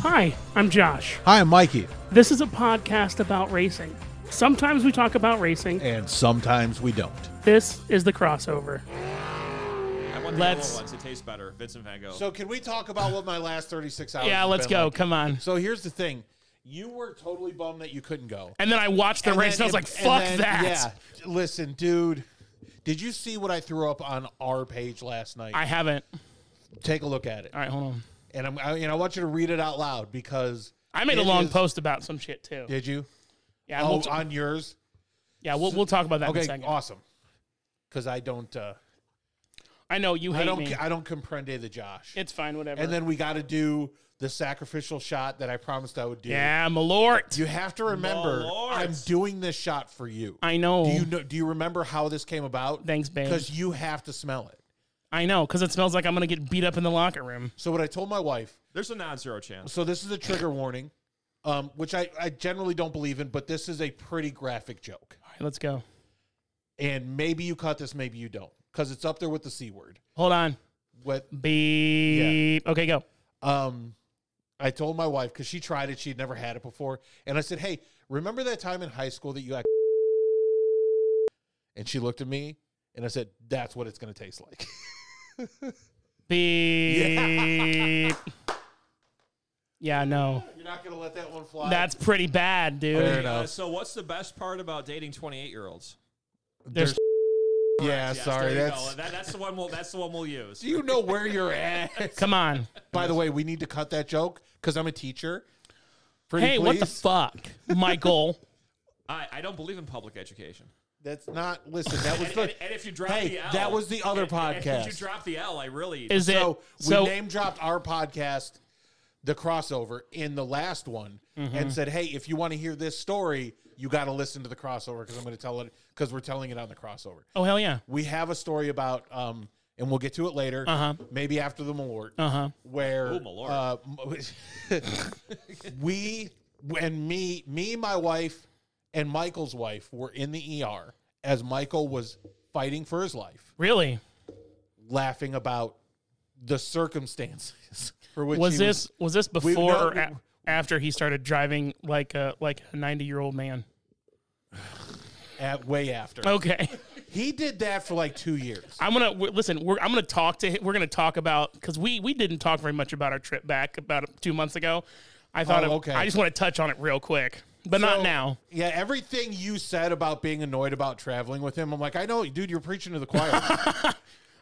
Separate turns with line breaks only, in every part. Hi, I'm Josh.
Hi, I'm Mikey,
This is a podcast about racing. Sometimes we talk about racing.
and sometimes we don't.
This is the crossover.
I want the
Let's-
yellow ones. It tastes better. Vincent Van Gogh.
So, can we talk about what my last 36 hours?
Yeah,
have
let's
been
go.
like?
Come on.
So, here's the thing you were totally bummed that you couldn't go.
And then I watched the
And
race
then
and I was like,
if-
fuck
and then-
that.
Yeah. Listen, dude, did you see what I threw up on our page last night?
I haven't.
Take a look at it.
All right, hold on.
And I'm, I, and I want you to read it out loud because.
I made a
it
long
is-
post about some shit too.
Did you?
Yeah,
Oh,
we'll, t-
on yours?
yeah, we'll, we'll talk about that in a
Okay,
second.
awesome. Because I don't. Uh,
I know you hate
I don't.
me.
I don't comprende the Josh.
it's fine, whatever.
and then we got to do the sacrificial shot that I promised I would do.
yeah, Malort.
You have to remember,
My lord.
I'm doing this shot for you.
I know.
Do you know? Do you remember how this came about?
Thanks, babe.
Because you have to smell it.
I know, because it smells like I'm gonna get beat up in the locker room.
So what I told my wife.
There's a non-zero chance.
So this is a trigger warning, um, which I, I generally don't believe in, but this is a pretty graphic joke.
All right, let's go.
And maybe you cut this, maybe you don't, because it's up there with the c word.
Hold on.
What
Beep. Okay, go.
um, I told my wife because she tried it; she'd never had it before. And I said, "Hey, remember that time in high school that you?" Had and she looked at me, and I said, "That's what it's going to taste like."
Beep. yeah, no.
You're not going to let that one fly.
That's pretty bad, dude.
Fair enough.
Uh, so what's the best part about dating 28-year-olds?
There's
yeah.
Yes,
sorry,
there you
that's.
go. That- that's the one. We'll that's the one we'll use.
Do you know where you're at?
Come on.
By the way, we need to cut that joke because I'm a teacher. Pretty
Hey, what the
please?
fuck, Michael?
I, I don't believe in public education.
That's not. Listen, that was
And,
the.
and- and if you drop
Hey,
the L,
that was the other
and- and
podcast.
If you drop the L, I really
Is it
So we
so?
name dropped our podcast, the crossover, in the last one,
Mm-hmm.
and said, "Hey, if you want to hear this story, you got to listen to the crossover because I'm going to tell it because we're telling it on the crossover."
oh hell yeah!
We have a story about, um, and we'll get to it later,
Uh-huh.
maybe after the Malort,
Uh-huh.
where
Ooh, Malort.
uh, m- we and me, me, my wife, and Michael's wife were in the ER as Michael was fighting for his life
Really?
laughing about the circumstances for which
Was
he
this was this before
no,
or a- after he started driving like a like a ninety year old man?
at way after.
Okay,
He did that for like two years.
I'm gonna w- listen. We're I'm gonna talk to. hi- We're gonna talk about because we we didn't talk very much about our trip back about two months ago. I thought
Oh,
it-
okay.
I just want to touch on it real quick, but not
So,
now.
Yeah, everything you said about being annoyed about traveling with him, I'm like, I know, dude, you're preaching to the choir.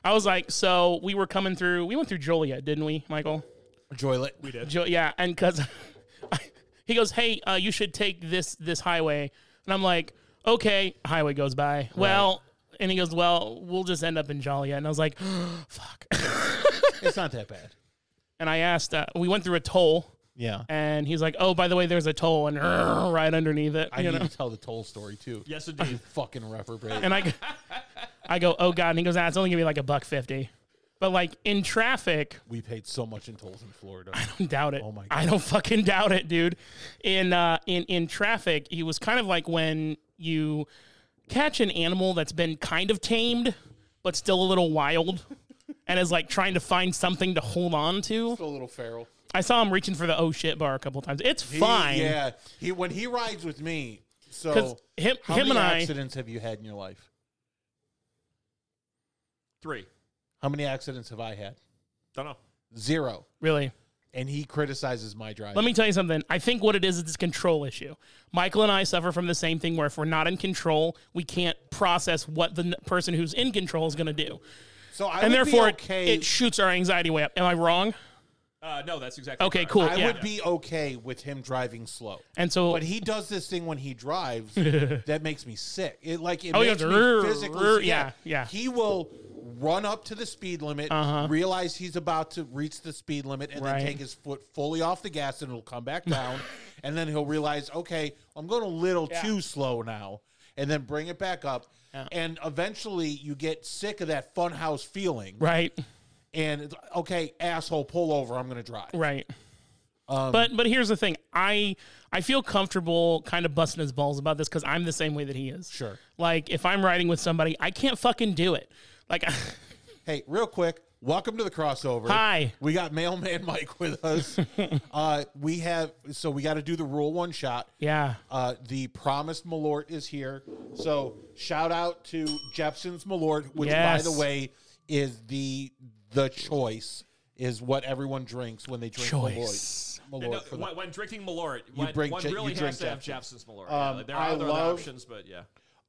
I was like, so we were coming through. We went through Joliet, didn't we, Michael?
Joylet. We did.
Jo- yeah, and because he goes, "Hey, uh, you should take this this highway," and I'm like, "Okay." Highway goes by. Well, and he goes, "Well, we'll just end up in Joliet," and I was like, "Fuck."
It's not that bad.
and I asked, uh, we went through a toll,
Yeah.
and he's like, "Oh, by the way, there's a toll," and right underneath it,
I
you
need
know.
to tell the toll story too.
yes indeed.
Fucking reprobate.
And I, go- I go, "Oh God," and he goes, "Ah, it's only gonna be like a buck fifty. But like in traffic,
we paid so much in tolls in Florida.
doubt it.
Oh my
I don't fucking doubt it, dude. In uh, in in traffic, he was kind of like when you catch an animal that's been kind of tamed but still a little wild, and is like trying to find something to hold on to.
a little feral.
I saw him reaching for the oh shit bar a couple times. It's
He-
fine.
yeah. He when he rides with me.
'Cause
So
him,
how
him
many
and I,
accidents have you had in your life?
Three.
How many accidents have I had?
Don't know.
Zero.
really.
and he criticizes my driving.
Let me tell you something. I think what it is is it's a control issue. Michael and I suffer from the same thing where if we're not in control, we can't process what the n- person who's in control is going to do.
so I
and
would
therefore
be okay.
it, it shoots our anxiety way up. Am I wrong?
Uh, no, that's exactly.
Okay,
correct.
cool.
I
yeah.
would be okay with him driving slow.
And so,
But he does this thing when he drives that makes me sick. It like it
Oh, he
makes
goes,
me
"Rrr,
physically
rrr,"
sick.
yeah, yeah. Uh-huh.
He will run up to the speed limit, realize he's about to reach the speed limit, and
Right.
then take his foot fully off the gas, and it'll come back down. and then he'll realize, okay, I'm going a little
Yeah.
too slow now, and then bring it back up. And eventually, you get sick of that funhouse feeling.
right,
and it's, okay, asshole, pull over. I'm gonna drive.
right.
Um,
but but here's the thing. I I feel comfortable kind of busting his balls about this because I'm the same way that he is.
Sure.
Like if I'm riding with somebody, I can't fucking do it. Like
Hey, real quick, Welcome to the crossover.
Hi.
We got Mailman Mike with us. uh, we have so we got to do the rule one shot.
Yeah.
Uh, the promised Malort is here. So shout out to Jepson's Malort, which
Yes.
by the way is the the choice is what everyone drinks when they drink
Choice. uh,
Malort. Malort
No,
for the-
when, when drinking Malort, one,
drink
one
Je- you
really
drink
has to have
Jepson's.
Jepson's Malort.
Um,
yeah. There are
I
other
love-
options, but yeah.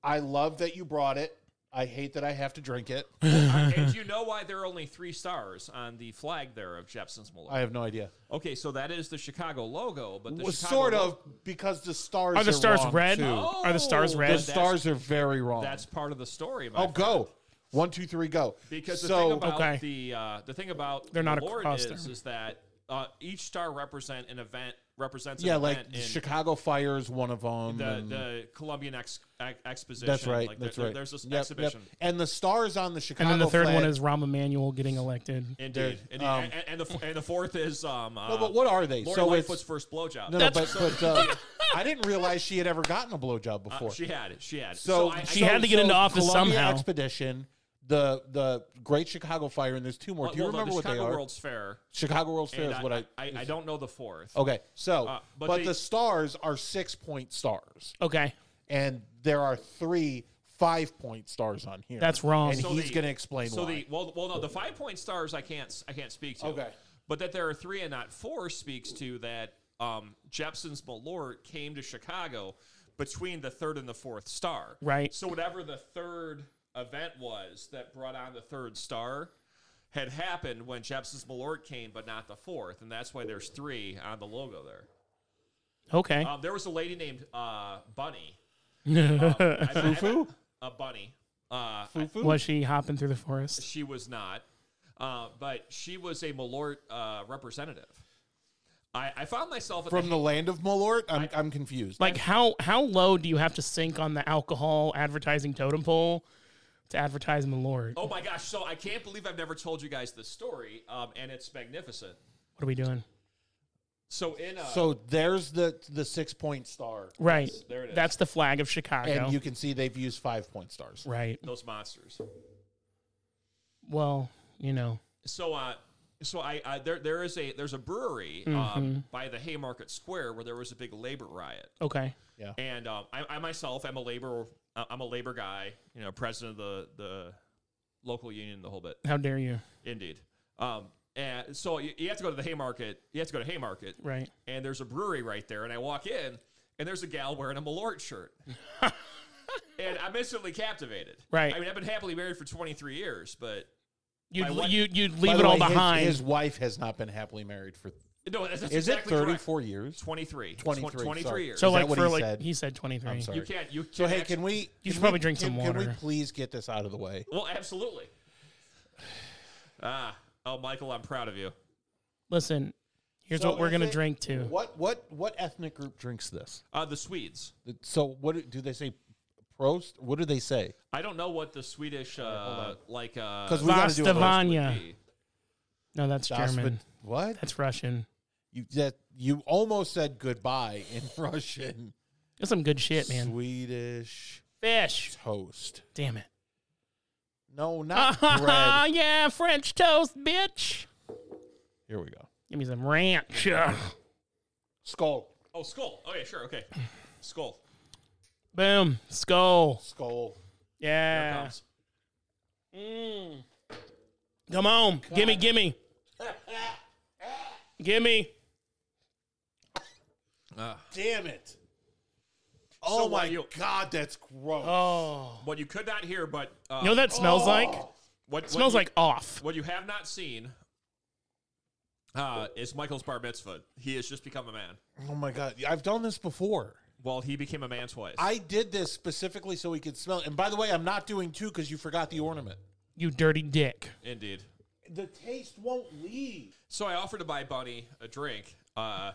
I love that you brought it. I hate that I have to drink it.
and you know why there are only three stars on the flag there of Jepson's Malort?
I have no idea.
okay, so that is the Chicago logo, but the
Well,
Chicago
sort
lo-
of because the stars
Are the stars
wrong,
red?
too.
Oh,
Are the stars
the
red?
The
that's-
stars are very wrong.
That's part of the story. My
oh,
friend.
go one, two, three, go.
Because the
so
thing about
Okay.
the uh, the thing about
They're not a
Malort
cross
is
there.
is that uh, each star represent an event represents an
yeah,
event
like
in
Chicago Fire is one of them.
the the Columbian ex, ex, exposition.
that's right.
Like
that's
there,
right.
There's this
Yep, yep.
exhibition.
and the stars on the Chicago.
And then the third
flag-
one is Rahm Emanuel getting elected.
Indeed.
Dude,
Indeed.
um,
and, and the and the fourth is um. Uh,
No, but what are they?
Lori
so
Lightfoot's
it's
first blowjob.
no, no, but but uh, I didn't realize she had ever gotten a blowjob before.
Uh, she had it. She had it.
so,
So, I,
She
I,
so-
had to get
so
into office
Columbia
somehow.
Expedition, the the Great Chicago Fire, and there's two more.
well,
Do you
well, no,
remember
the
what
Chicago
they are?
World's Fair.
Chicago World's Fair
and
is what I.
I, I don't know the fourth.
Okay, so
Uh,
but,
but
the,
the-
stars are six point stars,
Okay.
and there are three five point stars on here.
That's wrong.
And
So
he's
the-
going to explain
So
why.
the well, well, no, the five point stars I can't s- I can't speak to.
Okay.
but that there are three and not four speaks to that. Um, Jepson's Malort came to Chicago between the third and the fourth star.
Right.
So whatever the third event was that brought on the third star had happened when Jepson's Malort came, but not the fourth, and that's why there's three on the logo there.
Okay.
Um, there was a lady named uh, Bunny. Um, Fufu? A bunny. Uh,
Fufu?
Was she hopping through the forest?
she was not, uh, but she was a Malort uh, representative. I, I found myself at
from
the,
the land of Malort. I'm I'm confused.
Like how how low do you have to sink on the alcohol advertising totem pole to advertise Malort?
oh my gosh! So I can't believe I've never told you guys this story, um, and it's magnificent.
What are we doing?
So in uh,
so there's the the six point star,
Right.
there it is.
That's the flag of Chicago.
and you can see they've used five point stars.
right.
those monsters.
Well, you know.
So uh, so I, I there there is a there's a brewery
Mm-hmm.
um, by the Haymarket Square where there was a big labor riot.
Okay.
And um, I, I myself am a labor I- I'm a labor guy, you know, president of the the local union, the whole bit.
How dare you?
Indeed. Um, and so you, you have to go to the Haymarket. You have to go to Haymarket,
Right.
and there's a brewery right there. And I walk in, and there's a gal wearing a Malort shirt, and I'm instantly captivated.
Right.
I mean, I've been happily married for 23 years, but
You'd
My wife-
you you'd
By
leave
the
it all
way, his-
behind.
His, wife has not been happily married for.
no, that's, that's
Is
exactly
it
correct.
34 years?
23, Tw-
23,
23
sorry.
years.
so
is that
like
what
for
he
like
said?
he said 23.
I'm sorry.
you can't. You can't
So hey,
actually-
can we?
You should
can we-
probably drink some
can- Can we
water.
please get this out of the way?
Well, absolutely. Ah, oh, Michael, I'm proud of you.
Listen, here's
So
what we're
is
going to
it-
drink to.
What what what ethnic group drinks this?
Uh, the Swedes.
So what do- do they say? Prost? What do they say?
I don't know what the Swedish uh, like uh,
'Cause we gotta do a roast
would
Vastavanya.
be.
No, that's German.
Dasvid- What?
That's Russian.
You that you almost said goodbye in Russian.
That's some good shit, man.
Swedish
Fish.
toast.
Damn it.
No, not bread.
yeah, French toast, bitch.
Here we go.
Give me some ranch.
Skull.
Oh, skull. Okay, sure. Okay, skull.
Boom. Skull.
Skull.
Here it
Yeah.
comes.
Come on. Gimme, gimme. gimme.
Damn it. Oh
So
my
why you-
god, that's gross.
Oh.
What you could not hear, but uh,
You know what that smells
Oh.
like?
what what
smells
you-
like off.
what you have not seen uh, is Michael's bar mitzvah. He has just become a man.
oh my god. I've done this before.
Well, he became a man twice.
I did this specifically so we could smell it. And by the way, I'm not doing two because you forgot the ornament.
You dirty dick.
Indeed.
The taste won't leave.
So I offered to buy Bunny a drink, uh,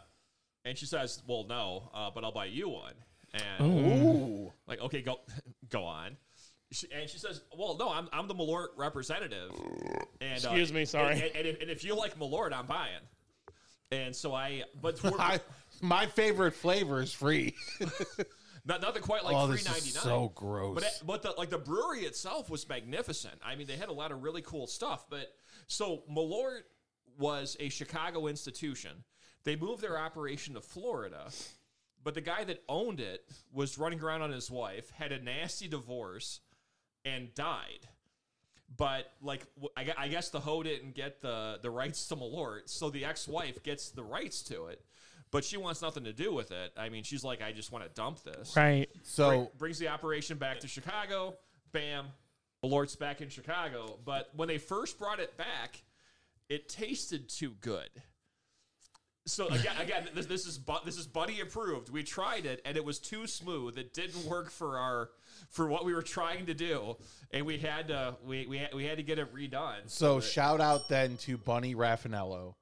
and she says, "Well, no, uh, but I'll buy you one."
Oh.
And
Ooh.
like, okay, go go on. She, and she says, "Well, no, I'm, I'm the Malort representative." And, uh,
Excuse me, sorry.
And, and if, and if you like Malort, I'm buying. And so I, but we're,
I, my favorite flavor is free.
not, nothing quite like
oh,
three
this
ninety
is
nine.
so gross.
But, but the, like the brewery itself was magnificent. I mean, they had a lot of really cool stuff. But So Malort was a Chicago institution. They moved their operation to Florida, but the guy that owned it was running around on his wife, had a nasty divorce, and died. But like, w- I gue- I guess the hoe didn't get the the rights to Malort, so the ex wife gets the rights to it, but she wants nothing to do with it. I mean, she's like, I just want to dump this.
Right.
So
Brings the operation back to Chicago. Bam. Malort's back in Chicago. But when they first brought it back, it tasted too good. So again, again this, this is Bu- this is Buddy approved. We tried it and it was too smooth. It didn't work for our for what we were trying to do, and we had to we we had, we had to get it redone.
So shout out then to Bunny Raffinello.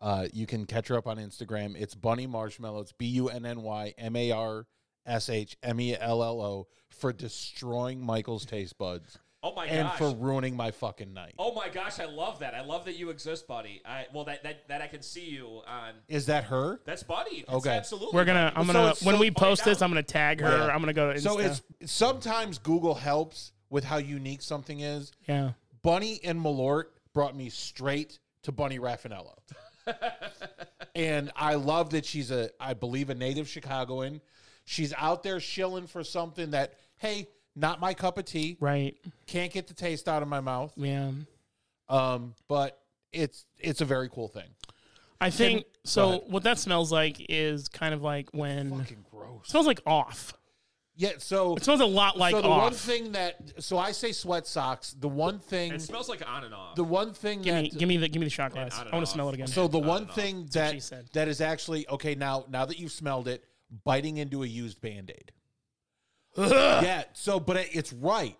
Uh, you can catch her up on Instagram. It's Bunny Marshmallow. It's B U N N Y M A R S H M E L L O for destroying Michael's taste buds
oh my
and
gosh!
for ruining my fucking night.
oh my gosh! I love that. I love that you exist, Buddy. I well that that, that I can see you on.
Is that her?
That's Buddy. That's
Okay.
absolutely.
We're gonna. I'm
So
gonna.
it's-
when
so
we
find
post this,
out.
I'm gonna tag her.
Yeah.
I'm gonna go to. Insta.
So it's sometimes Google helps with how unique something is.
yeah.
Bunny and Malort brought me straight to Bunny Raffinello. and I love that she's a, I believe, a native Chicagoan. She's out there shilling for something that, hey, not my cup of tea.
Right.
Can't get the taste out of my mouth.
Yeah.
Um, but it's it's a very cool thing.
I think
go
so.
ahead.
What that smells like is kind of like when it
Fucking gross.
smells like off.
Yeah. So,
It smells a lot like
so the
off.
one thing that so I say sweat socks. The one thing.
It smells like on and off.
The one thing
give
that
me, give me the give me the shot glass.
I don't
I want
know.
to smell it again.
So the
not
one
enough.
thing
she
that
said.
that is actually okay now now that you've smelled it, biting into a used band-aid. yeah, so but it, it's right.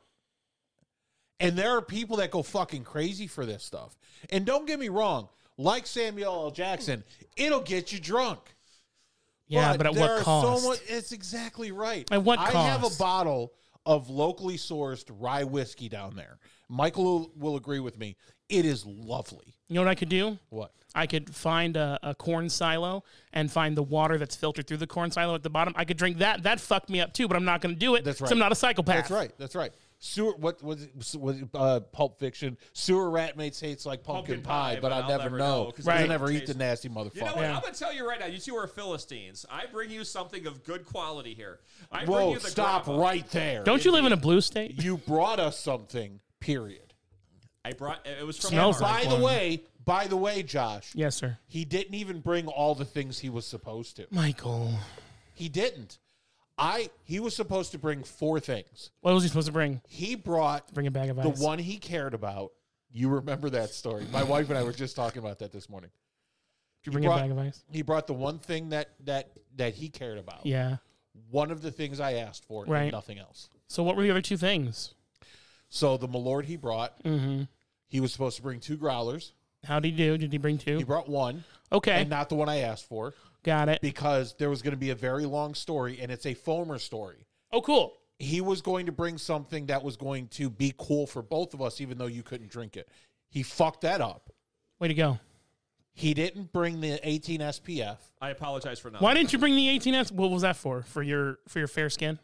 And there are people that go fucking crazy for this stuff. And don't get me wrong, like Samuel L. Jackson, it'll get you drunk.
yeah, but, at
there
what
are
cost?
So much, it's exactly right.
At what
I have a
cost?
bottle of locally sourced rye whiskey down there. Michael will, will agree with me. It is lovely.
you know what I could do?
What?
I could find a, a corn silo and find the water that's filtered through the corn silo at the bottom. I could drink that. That fucked me up too, but I'm not going to do it.
That's
So
right.
I'm not a psychopath.
That's right. That's right. Sewer. What was it? s- Was it, uh, Pulp Fiction? Sewer rat mates hates like pumpkin,
Pumpkin
pie, but, I'll, never know.
'cause
I
Right.
never eat the
taste-
nasty
You know
motherfucker.
what?
Yeah.
I'm gonna tell you right now. You two are Philistines. I bring you something of good quality here. I bring
Whoa!
you the
Stop
grappa.
right there.
Don't you live in a blue state?
You brought us something. Period.
I brought. It was from
Smells
Amherst.
By the
one.
way, by the way, Josh,
Yes, sir.
he didn't even bring all the things he was supposed to.
Michael,
He didn't. I he was supposed to bring four things.
what was he supposed to bring?
He brought
Bring a bag of ice.
the one he cared about. You remember that story? My wife and I were just talking about that this morning.
Did you bring
brought-
a bag of ice?
he brought the one thing that that that he cared about.
Yeah.
One of the things I asked for, and
Right.
nothing else.
So what were the other two things?
So the Malord he brought,
Mm-hmm.
he was supposed to bring two growlers.
How would he do? Did he bring
He
two?
brought one,
Okay,
and not the one I asked for,
got it.
because there was going to be a very long story, and it's a Fomer story.
Oh, cool.
He was going to bring something that was going to be cool for both of us, even though you couldn't drink it. He fucked that up.
Way to go.
He didn't bring the 18 SPF.
I apologize for not.
Why didn't you bring the 18s? What was that for? For your for your fair skin?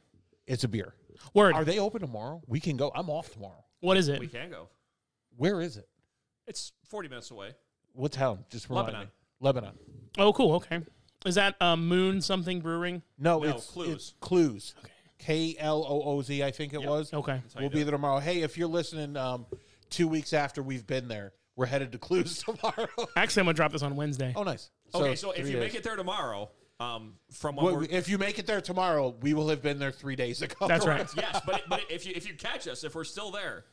It's a beer.
Word.
Are they open tomorrow? We can go. I'm off tomorrow.
what is it?
We can go.
Where is it?
It's 40 minutes away.
What town? Just remind
Lebanon.
me. Lebanon.
Oh, cool. Okay. Is that um, Moon something brewing?
No,
No,
it's
Clues.
clues. It's clues. K L O O Z, I think it was.
Okay.
how you
We'll
do
be there tomorrow. Hey, if you're listening, um, two weeks after we've been there, we're headed to clues tomorrow.
Actually, I'm gonna drop this on Wednesday.
oh, nice.
Okay, so, if
three
you
days.
make it there tomorrow, um, from what
Well,
we're,
if you make it there tomorrow, we will have been there three days ago.
That's right.
yes, but but if you if you catch us, if we're still there,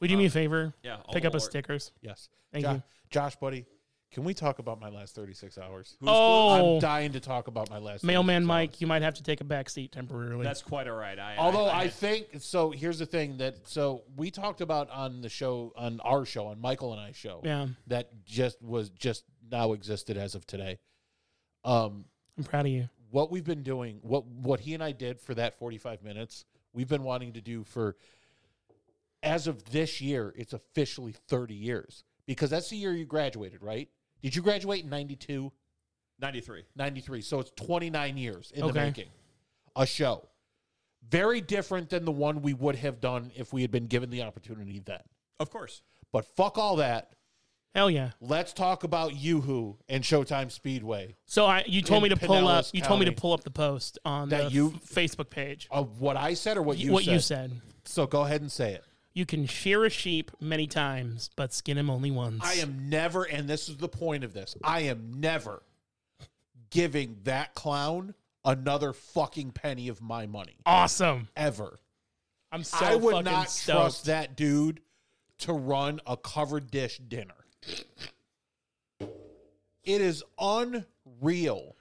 Would you
Um,
do me a favor?
yeah,
Pick
oh,
up a
Lord.
stickers.
Yes.
Thank
Jo-
you.
Josh, buddy, can we talk about my last 36 hours? I'm
Oh,
dying to talk about my last.
mailman
36 hours.
Mike, you might have to take a back seat temporarily.
That's quite all right. I
Although
I,
I think so, here's the thing that so we talked about on the show on our show on Michael and I show
Yeah.
that just was just now existed as of today. Um,
I'm proud of you.
what we've been doing, what what he and I did for that 45 minutes, we've been wanting to do for as of this year, it's officially 30 years because that's the year you graduated, right? Did you graduate in 92?
93.
93. So it's 29 years in the
Okay.
making. A show. Very different than the one we would have done if we had been given the opportunity then.
Of course.
But fuck all that.
Hell yeah.
Let's talk about YooHoo and Showtime Speedway.
So I, you told
In
me to pull up.
Pinellas
You told me to
County.
pull up the post on
That
the
you-
f- Facebook page.
Uh, what I said or what you
what
said?
you said.
So go ahead and say it.
You can shear a sheep many times, but skin him only once.
I am never, and this is the point of this, I am never giving that clown another fucking penny of my money.
awesome.
Ever.
I'm so
I would
fucking
not
stoked.
trust that dude to run a covered dish dinner. It is unreal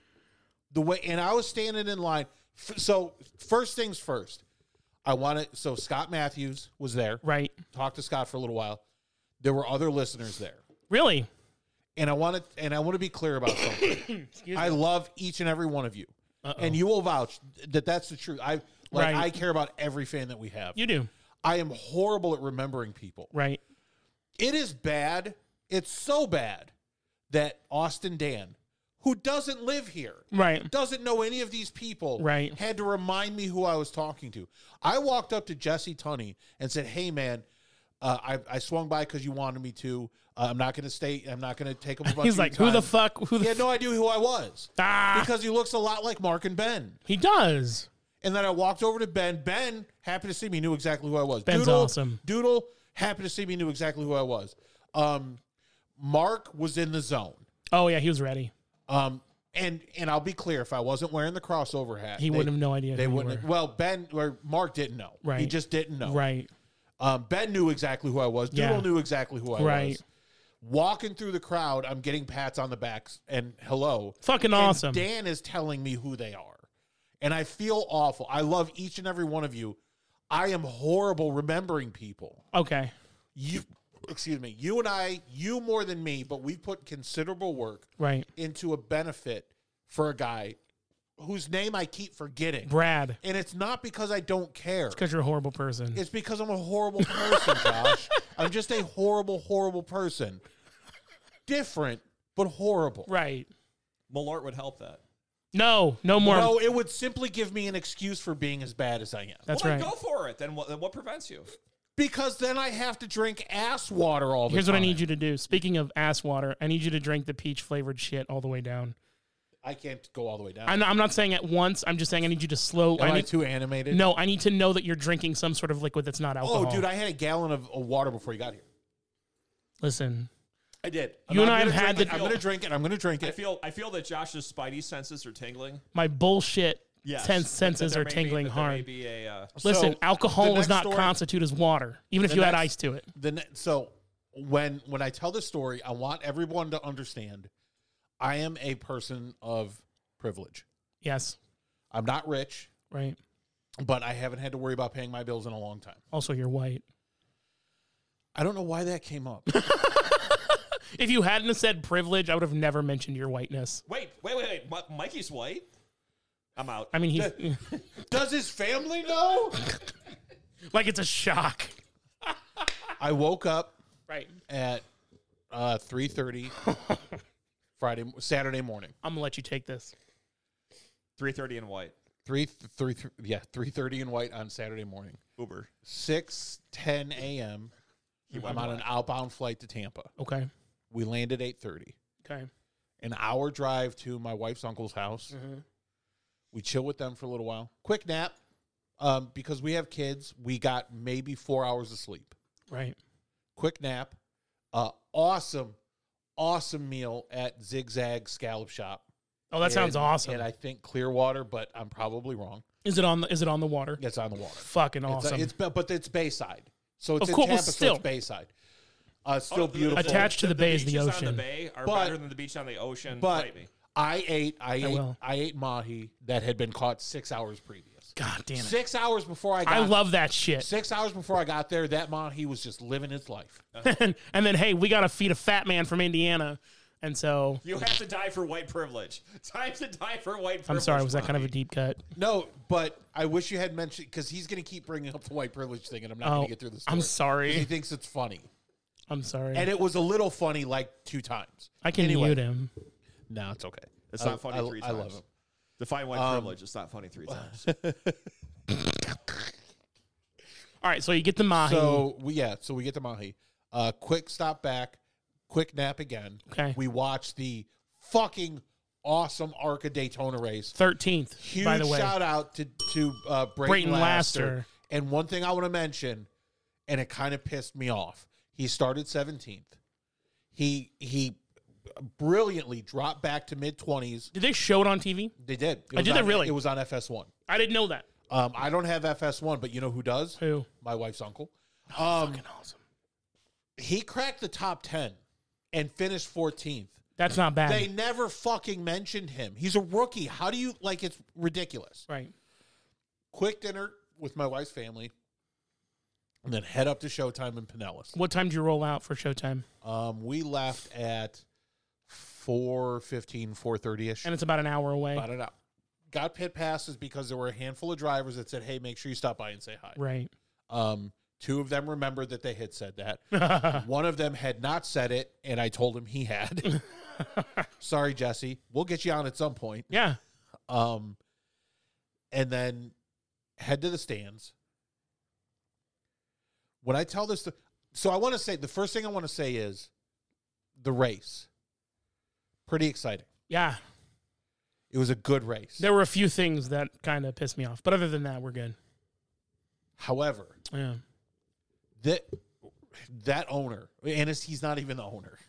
the way, and I was standing in line. F- So first things first, I want to. So Scott Matthews was there.
Right?
Talked to Scott for a little while. There were other listeners there,
Really?
and I want to. And I want to be clear about something. I love each and every one of you, and you will vouch that that's the truth. I like.
Right.
I care about every fan that we have.
You do.
I am horrible at remembering people.
Right?
It is bad. It's so bad that Austin Dan, who doesn't live here,
Right?
doesn't know any of these people,
Right.
had to remind me who I was talking to. I walked up to Jesse Tunney and said, "Hey, man." Uh, I, I swung by because you wanted me to. Uh, I'm not going to stay. I'm not going to take up a bunch
He's
of your
like, who the
time."
fuck? Who the?
He had
f-
no idea who I was
ah,
because he looks a lot like Mark and Ben.
he does.
And then I walked over to Ben. Ben, happy to see me, knew exactly who I was.
Ben's
Doodle,
awesome.
Doodle, happy to see me, knew exactly who I was. Um, Mark was in the zone.
Oh yeah, he was ready.
Um, and and I'll be clear, if I wasn't wearing the crossover hat,
He
they-
wouldn't have no idea.
They
who you
wouldn't.
were.
Have, well, Ben or Mark didn't know. He
Right.
just didn't know.
Right?
Um, ben knew exactly who I was. Doodle
Yeah.
knew exactly who I was.
Right.
Walking through the crowd, I'm getting pats on the backs and hello.
Fucking
And
awesome.
Dan is telling me who they are. And I feel awful. I love each and every one of you. I am horrible remembering people.
Okay.
You excuse me. You and I, you more than me, but we put considerable work
Right.
into a benefit for a guy whose name I keep forgetting.
Brad,
And it's not because I don't care.
because you're a horrible person.
It's because I'm a horrible person, Josh. I'm just a horrible, horrible person. Different, but horrible.
right?
Malort would help that.
No, no more.
No, it would simply give me an excuse for being as bad as I am.
That's
well,
right.
Then go for it. Then what, then what prevents you?
Because then I have to drink ass water all the
Here's
time.
what I need you to do. Speaking of ass water, I need you to drink the peach flavored shit all the way down.
I can't go all the way
Uh,
down.
I'm not, I'm not saying at once. I'm just saying I need you to slow.
Am I,
I need,
too animated?
no, I need to know that you're drinking some sort of liquid that's not
Oh,
alcohol.
dude, I had a gallon of, of water before you got here.
listen.
I did.
You and I
gonna
have had
drink
the-
it. I'm going to drink it. I'm going to drink
I
it.
feel I feel that Josh's spidey senses are tingling.
My bullshit
Yes,
sense,
That
senses
there
are
may be-
tingling
that There may
hard.
be a, uh,
Listen,
So, the
alcohol
next
does not
story-
constitute as water, even if
The
you add
next-
ice to it.
the ne- so when when I tell this story, I want everyone to understand I am a person of privilege.
Yes,
I'm not rich,
right.
but I haven't had to worry about paying my bills in a long time.
Also, you're white.
I don't know why that came up.
If you hadn't have said privilege, I would have never mentioned your whiteness.
wait, wait, wait, wait. Mi- Mikey's white. I'm out.
I mean, he's
Does his family know?
like it's a shock,
I woke up
right?
at uh, three thirty Friday Saturday morning.
I'm gonna let you take this.
Three thirty and white.
Three three, three yeah three thirty in white on Saturday morning.
Uber.
Six ten a.m. I'm on an outbound flight to Tampa.
Okay.
We land at eight thirty.
Okay.
An hour drive to my wife's uncle's house. We chill with them for a little while. Quick nap. Um, because we have kids, we got maybe four hours of sleep.
Right.
quick nap, uh, awesome, awesome meal at Zigzag Scallop Shop.
Oh, that sounds
in-
awesome.
And I think Clearwater, but I'm probably wrong.
is it on? The, is it on the water?
It's on the water.
Fucking
It's, uh,
awesome.
it's ba- but it's Bayside, so it's
Of
in
course,
Tampa,
still.
so it's Bayside. Uh, still
Oh, the- the-
beautiful.
the-
Attached to the bay is the
beaches On
ocean.
the bay are
But-
better than the beach on the ocean.
but
Fight me.
I ate, I ate,
will.
I ate mahi that had been caught six hours previous.
God damn it!
Six hours before I got.
I love that shit.
Six hours before I got there, that mahi was just living his life.
and then, hey, we gotta feed a fat man from Indiana, and so
You have to die for white privilege. Time to die for white privilege.
I'm sorry. Was that kind of a deep cut?
No, but I wish you had mentioned because he's going to keep bringing up the white privilege thing, and I'm not going
Oh,
to get through this.
I'm
He
sorry. Mm.
thinks it's funny.
I'm sorry.
And it was a little funny like two times.
I can
anyway.
mute him.
No, it's okay.
It's
I-
not funny
I-
three
I
times.
love him.
Define
Um,
white privilege. It's not funny three times.
All right. So you get the mahi.
So we yeah, so we get to Mahi. Uh, quick stop back, quick nap again.
Okay.
We watched the fucking awesome Arca Daytona race.
Thirteenth,
Huge
by the way.
shout out to to uh, Brayton,
Brayton
Laster.
Laster.
And one thing I want to mention, and it kind of pissed me off. He started seventeenth. He he brilliantly dropped back to mid twenties.
Did they show it on TV?
They did. It
I did
was
that
on-
really.
It was on FS one.
I didn't know that.
Um, I don't have FS1, but you know who does?
Who?
My wife's uncle. Um,
Fucking awesome.
he cracked the top 10 and finished 14th.
That's not bad.
They never fucking mentioned him. He's a rookie. How do you like it's ridiculous?
right.
Quick dinner with my wife's family and then head up to Showtime in Pinellas.
What time did you roll out for Showtime?
Um, we left at 4:15, 4:30ish.
And it's about an hour away.
About an hour. Got pit passes because there were a handful of drivers that said, "Hey, make sure you stop by and say hi."
Right.
Um, two of them remembered that they had said that. One of them had not said it, and I told him he had. Sorry, Jesse. We'll get you on at some point.
Yeah.
Um, and then head to the stands. When I tell this, to, so I want to say the first thing I want to say is the race. Pretty exciting.
Yeah.
It was a good race.
There were a few things that kind of pissed me off, but other than that, we're good.
However,
Yeah.
that that owner, and it's, he's not even the owner.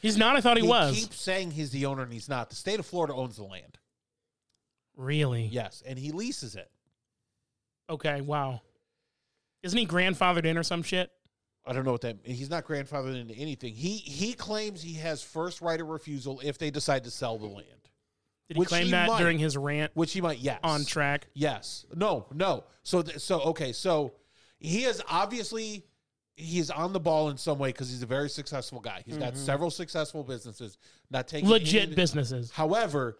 He's not. I thought he, was.
keeps saying he's the owner and he's not. The state of Florida owns the land.
Really?
Yes, and he leases it.
Okay. Wow. Isn't he grandfathered in or some shit?
I don't know what that. He's not grandfathered into anything. He he claims he has first right of refusal if they decide to sell the land,
Did he
Which
claim
he
that
might.
during his rant
which he might. Yes,
on track?
Yes. No. No. So th- so okay. So he is obviously he is on the ball in some way because he's a very successful guy. He's got several successful businesses. Not taking
Mm-hmm. Legit
any-
businesses.
However,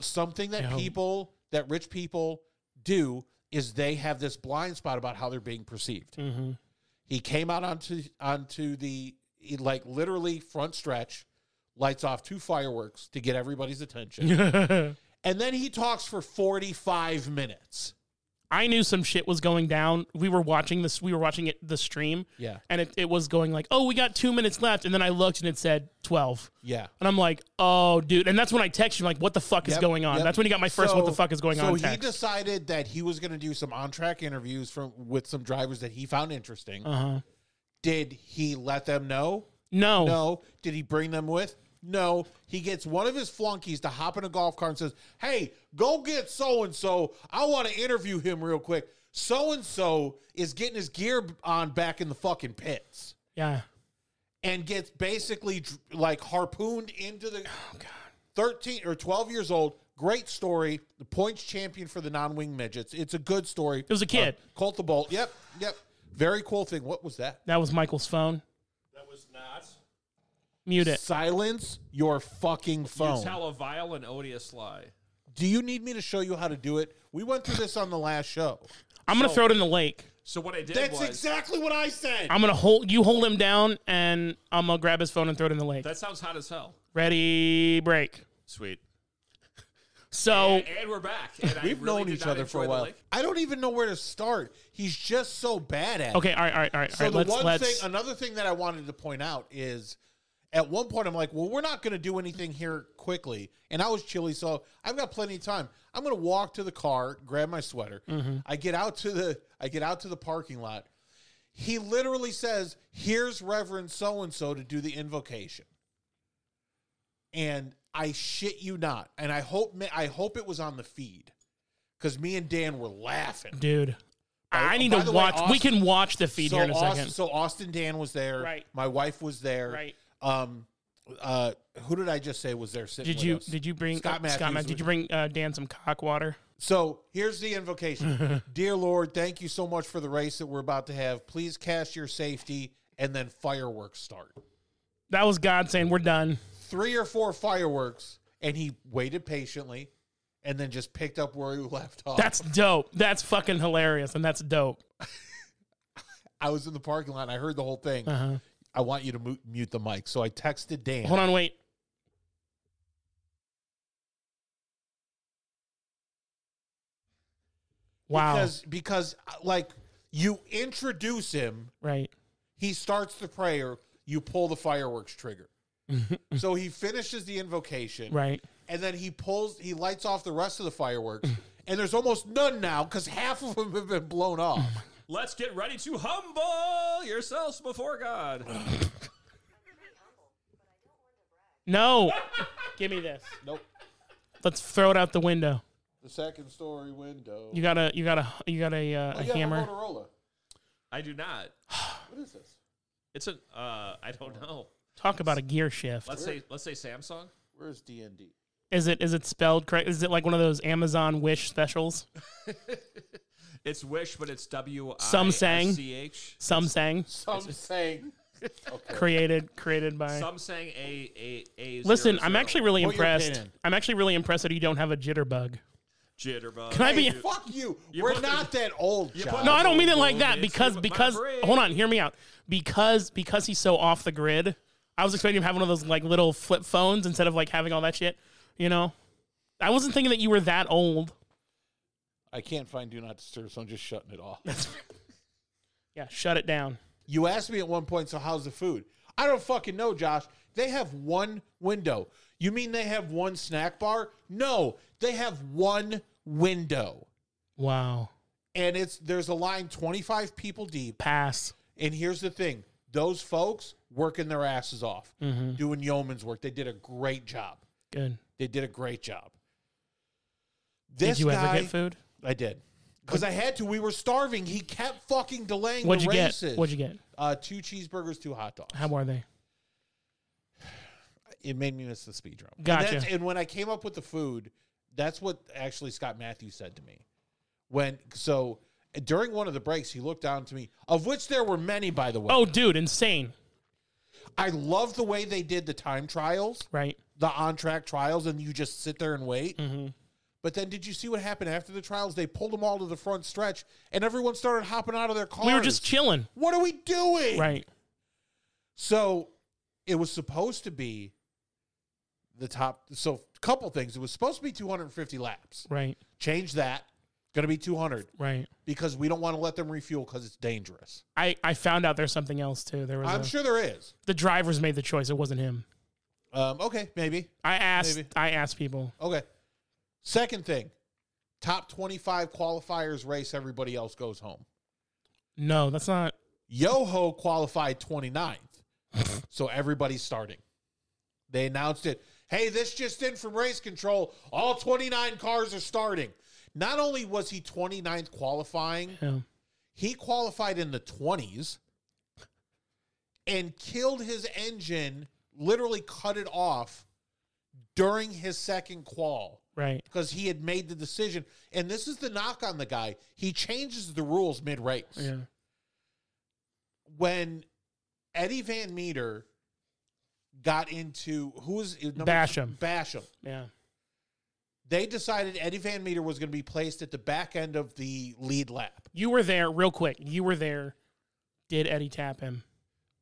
something that
Yeah.
people, that rich people do is they have this blind spot about how they're being perceived.
Mm-hmm.
He came out onto onto the he, like literally front stretch, lights off two fireworks to get everybody's attention. and then he talks for 45 minutes.
I knew some shit was going down. We were watching this. We were watching it the stream,
Yeah.
and it, it was going like, "Oh, we got two minutes left," and then I looked and it said twelve.
Yeah.
And I'm like, oh, dude. And that's when I text you, like, what the fuck is
Yep,
going on?
yep.
That's when you got my first, what the
So-
fuck is going on
So he
text.
decided that he was going to do some on track interviews from with some drivers that he found interesting.
uh-huh.
Did he let them know?
No.
No. Did he bring them with? No. He gets one of his flunkies to hop in a golf cart and says, Hey, go get so and so. I want to interview him real quick. So and so is getting his gear on back in the fucking pits
Yeah.
and gets basically dr- like harpooned into the
Oh,
13 or 12 years old. Great story. The points champion for the non wing midgets. It's a good story. It
was a kid.
Colt the Bolt. Yep. Yep. Very cool thing. What was that?
That was Michael's phone.
That was not.
Mute it.
Silence your fucking
Oh.
phone.
You tell a vile and odious lie.
Do you need me to show you how to do it? We went through this on the last show.
I'm going to throw it in the lake.
So what I did
That's
was
exactly what I said.
I'm going to hold, you hold him down, and I'm going to grab his phone and throw it in the lake.
that sounds hot as hell.
Ready, break.
Sweet.
So, Oh.
And, and we're back. And I
We've
really
known
did
each
not
other for a
enjoy the
while.
lake.
I don't even know where to start. He's just so bad at it.
okay, all right, all right, all right.
So
all right
the
let's,
one
let's,
thing, another thing that I wanted to point out is, at one point I'm like, well, we're not going to do anything here quickly, and I was chilly, so I've got plenty of time. I'm going to walk to the car, grab my sweater.
Mm-hmm.
I get out to the, I get out to the parking lot. He literally says, "Here's Reverend so and so to do the invocation," and I shit you not, and I hope, I hope it was on the feed. Because me and Dan were laughing.
dude. I
By-
need
Oh, by
to
the way,
watch. we
Austin-
can watch the feed
so
here in a
Aust-
second.
so Austin Dan was there.
Right.
My wife was there.
Right.
Um, uh, who did I just say was there sitting
Did
with
you
us?
did you bring
Scott
Scott, Scott
Matthews
Matt, did
was-
you bring uh, Dan some cock water?
So here's the invocation. Dear Lord, thank you so much for the race that we're about to have. Please cast your safety and then fireworks start.
That was God saying we're done.
Three or four fireworks, and he waited patiently and then just picked up where he left off.
That's dope. That's fucking hilarious, and that's dope.
I was in the parking lot and I heard the whole thing.
Uh-huh.
I want you to mute, mute the mic. So I texted Dan.
Hold on, wait. Wow.
Because, because uh, like, you introduce him
right.
he starts the prayer. you pull the fireworks trigger. so he finishes the invocation,
Right.
and then he pulls, he lights off the rest of the fireworks, and there's almost none now because half of them have been
Oh
blown off.
Let's get ready to humble yourselves before God.
No. Give me this.
nope.
Let's throw it out the window.
The second story window.
You got a you got a you got a, uh, a
You have
hammer.
Motorola.
I do not.
What is this?
It's an uh, I don't know.
Talk about a gear shift.
Let's say let's say Samsung.
Where's D and D?
Is it is it spelled correct? Is it like one of those Amazon Wish specials?
It's Wish, but it's W I
Some sang.
C H.
Some sang
Some saying. Okay.
created created by.
Some saying a a a.
Listen,
zero
I'm
zero.
actually really
What your
impressed.
opinion?
I'm actually really impressed that you don't have a jitterbug.
jitterbug.
Can I be?
Hey, fuck you.
You
We're
put-
not that old,
You
John.
put-
No, I don't mean it like that
It's
because
my
because
brain.
hold on, hear me out. Because because he's so off the grid, I was expecting him to have one of those like little flip phones instead of like having all that shit. You know, I wasn't thinking that you were that old.
I can't find Do Not Disturb, so I'm just shutting it off.
Yeah, shut it down.
You asked me at one point, so how's the food? I don't fucking know, Josh. They have one window. You mean they have one snack bar? No, they have one window.
Wow,
And it's there's a line 25 people deep.
pass.
And here's the thing those folks working their asses off,
Mm-hmm.
doing yeoman's work. They did a great job.
Good.
They did a great job.
Did
This
you
guy,
ever get food?
I did. Because I had to. We were starving. He kept fucking delaying
What'd
the
you
races.
get? What'd you get?
Uh, two cheeseburgers, two hot dogs.
How are they?
it made me miss the speed round.
Gotcha.
And, that's- and when I came up with the food, that's what actually Scott Matthews said to me. When so during one of the breaks, he looked down to me, of which there were many, by the way.
Oh, dude, insane.
I love the way they did the time trials,
Right.
the on track trials, and you just sit there and wait.
Mm.
But then, did you see what happened after the trials? They pulled them all to the front stretch, and everyone started hopping out of their cars.
We were just chilling.
what are we doing?
Right.
So it was supposed to be the top. So a couple things. It was supposed to be 250 laps.
Right.
Change that. Going to be 200
Right.
because we don't want to let them refuel because it's dangerous.
I, I found out there's something else too. There was
I'm
a-
sure there is.
the drivers made the choice. It wasn't him.
Um, okay, maybe.
I asked.
Maybe.
I asked people.
Okay. Second thing, top 25 qualifiers race. Everybody else goes home.
No, that's not.
Yoho qualified 29th. so everybody's starting. They announced it. Hey, this just in from race control. All 29 cars are starting. Not only was he 29th qualifying,
Yeah.
he qualified in the 20s and killed his engine, literally cut it off during his second qual
Right.
because he had made the decision. And this is the knock on the guy. He changes the rules mid race
Yeah.
when Eddie Van Meter got into who was it, number-
Basham.
Basham.
Yeah.
They decided Eddie Van Meter was going to be placed at the back end of the lead lap.
You were there, real quick. You were there. Did Eddie tap him?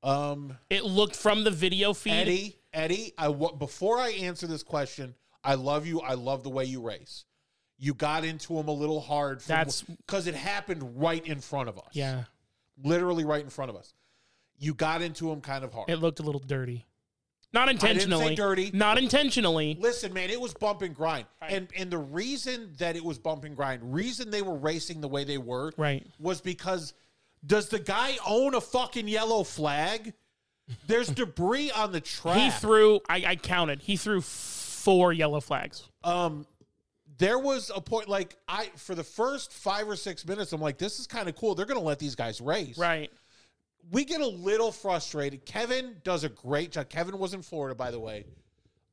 Um,
It looked from the video feed.
Eddie, Eddie, I wa- before I answer this question, I love you. I love the way you race. You got into him a little hard.
That's-
because it happened right in front of us.
Yeah.
literally right in front of us. You got into him kind of hard.
It looked a little dirty. Not
say
intentionally.
dirty.
Not intentionally.
Listen, man, it was bump and grind.
Right.
And and the reason that it was bump and grind, reason they were racing the way they were,
Right.
was because does the guy own a fucking yellow flag? There's debris on the track.
He threw. I, I counted. He threw four yellow flags.
um there was a point like I for the first 5 or 6 minutes I'm like this is kind of cool. They're going to let these guys race.
Right.
we get a little frustrated. Kevin does a great job. Kevin was in Florida, by the way,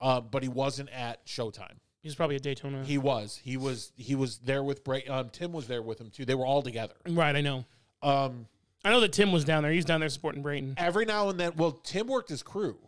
uh, but he wasn't at Showtime.
He's probably a Daytona.
He was. He was. He was there with Bray. Um, Tim was there with him too. They were all together.
right. I know.
Um,
I know that Tim was down there. He's down there supporting Brayton.
every now and then, well, Tim worked his crew.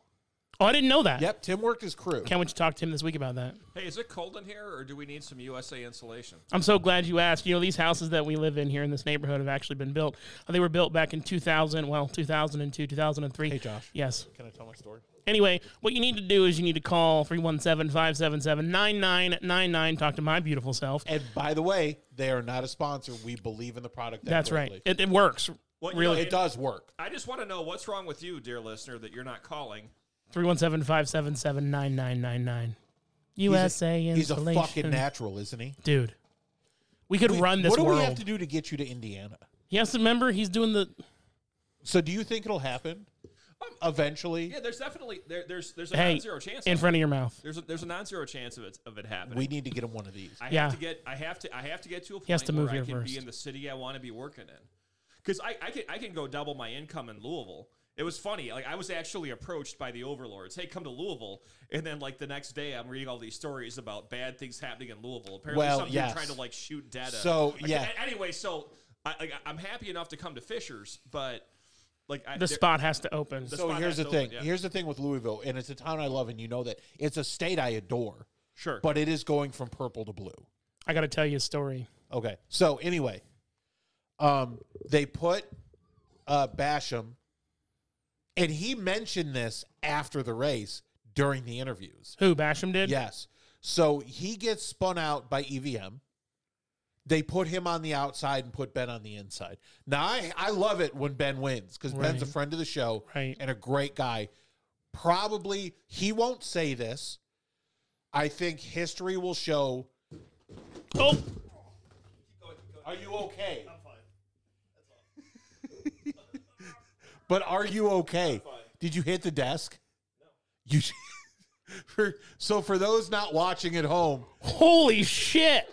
Oh, I didn't know that.
Yep, Tim worked his crew.
Can't wait to talk to him this week about that.
Hey, is it cold in here, or do we need some USA insulation?
I'm so glad you asked. You know, these houses that we live in here in this neighborhood have actually been built. Uh, They were built back in 2000, well, 2002, 2003.
Hey, Josh.
Yes.
Can I tell my story?
Anyway, what you need to do is you need to call 317 577 9999. Talk to my beautiful self.
And by the way, they are not a sponsor. We believe in the product. that
That's right.
greatly.
It, it works.
Well, you
Really?
know,
It does work.
I just want to know what's wrong with you, dear listener, that you're not calling.
317 577 9999.
He's a-
USA
He's a
installation.
fucking natural, isn't he?
Dude, we could
Wait,
run this
What do
world.
we have to do to get you to Indiana?
He has to remember he's doing the.
So do you think it'll happen eventually?
Yeah, there's definitely there, there's there's a
Hey,
non-zero chance.
in
of it.
front of your mouth.
There's a, there's a non-zero chance of it of it happening.
We need to get him one of these.
I
Yeah.
have to get I have to I have to get to a point
has to move
where I
here
can
first.
be in the city I want to be working in. Because I, I can I can go double my income in Louisville. It was funny. Like I was actually approached by the overlords. Hey, come to Louisville. And then like the next day, I'm reading all these stories about bad things happening in Louisville. Apparently,
Well,
some
yes.
dude trying to like shoot dead. a-
So,
like,
yeah.
a- Anyway, so I, like, I'm happy enough to come to Fisher's, but like I,
The
there-
spot has to open.
The
so
spot
here's
has
the
to
thing.
open, yeah.
Here's the thing with Louisville, and it's a town I love, and you know that it's a state I adore,
Sure.
but it is going from purple to blue.
I got to tell you a story.
Okay. So anyway, um, they put uh, Basham, and he mentioned this after the race during the interviews.
Who? Basham did?
Yes. So he gets spun out by EVM. They put him on the outside and put Ben on the inside. Now I, I love it when Ben wins because Ben's a
Right.
friend of the show
Right.
and a great guy. Probably he won't say this. I think history will show.
Oh,
Are you okay? I'm fine. but are you okay? Did you hit the desk? No. You. for, so for those not watching at home,
holy shit.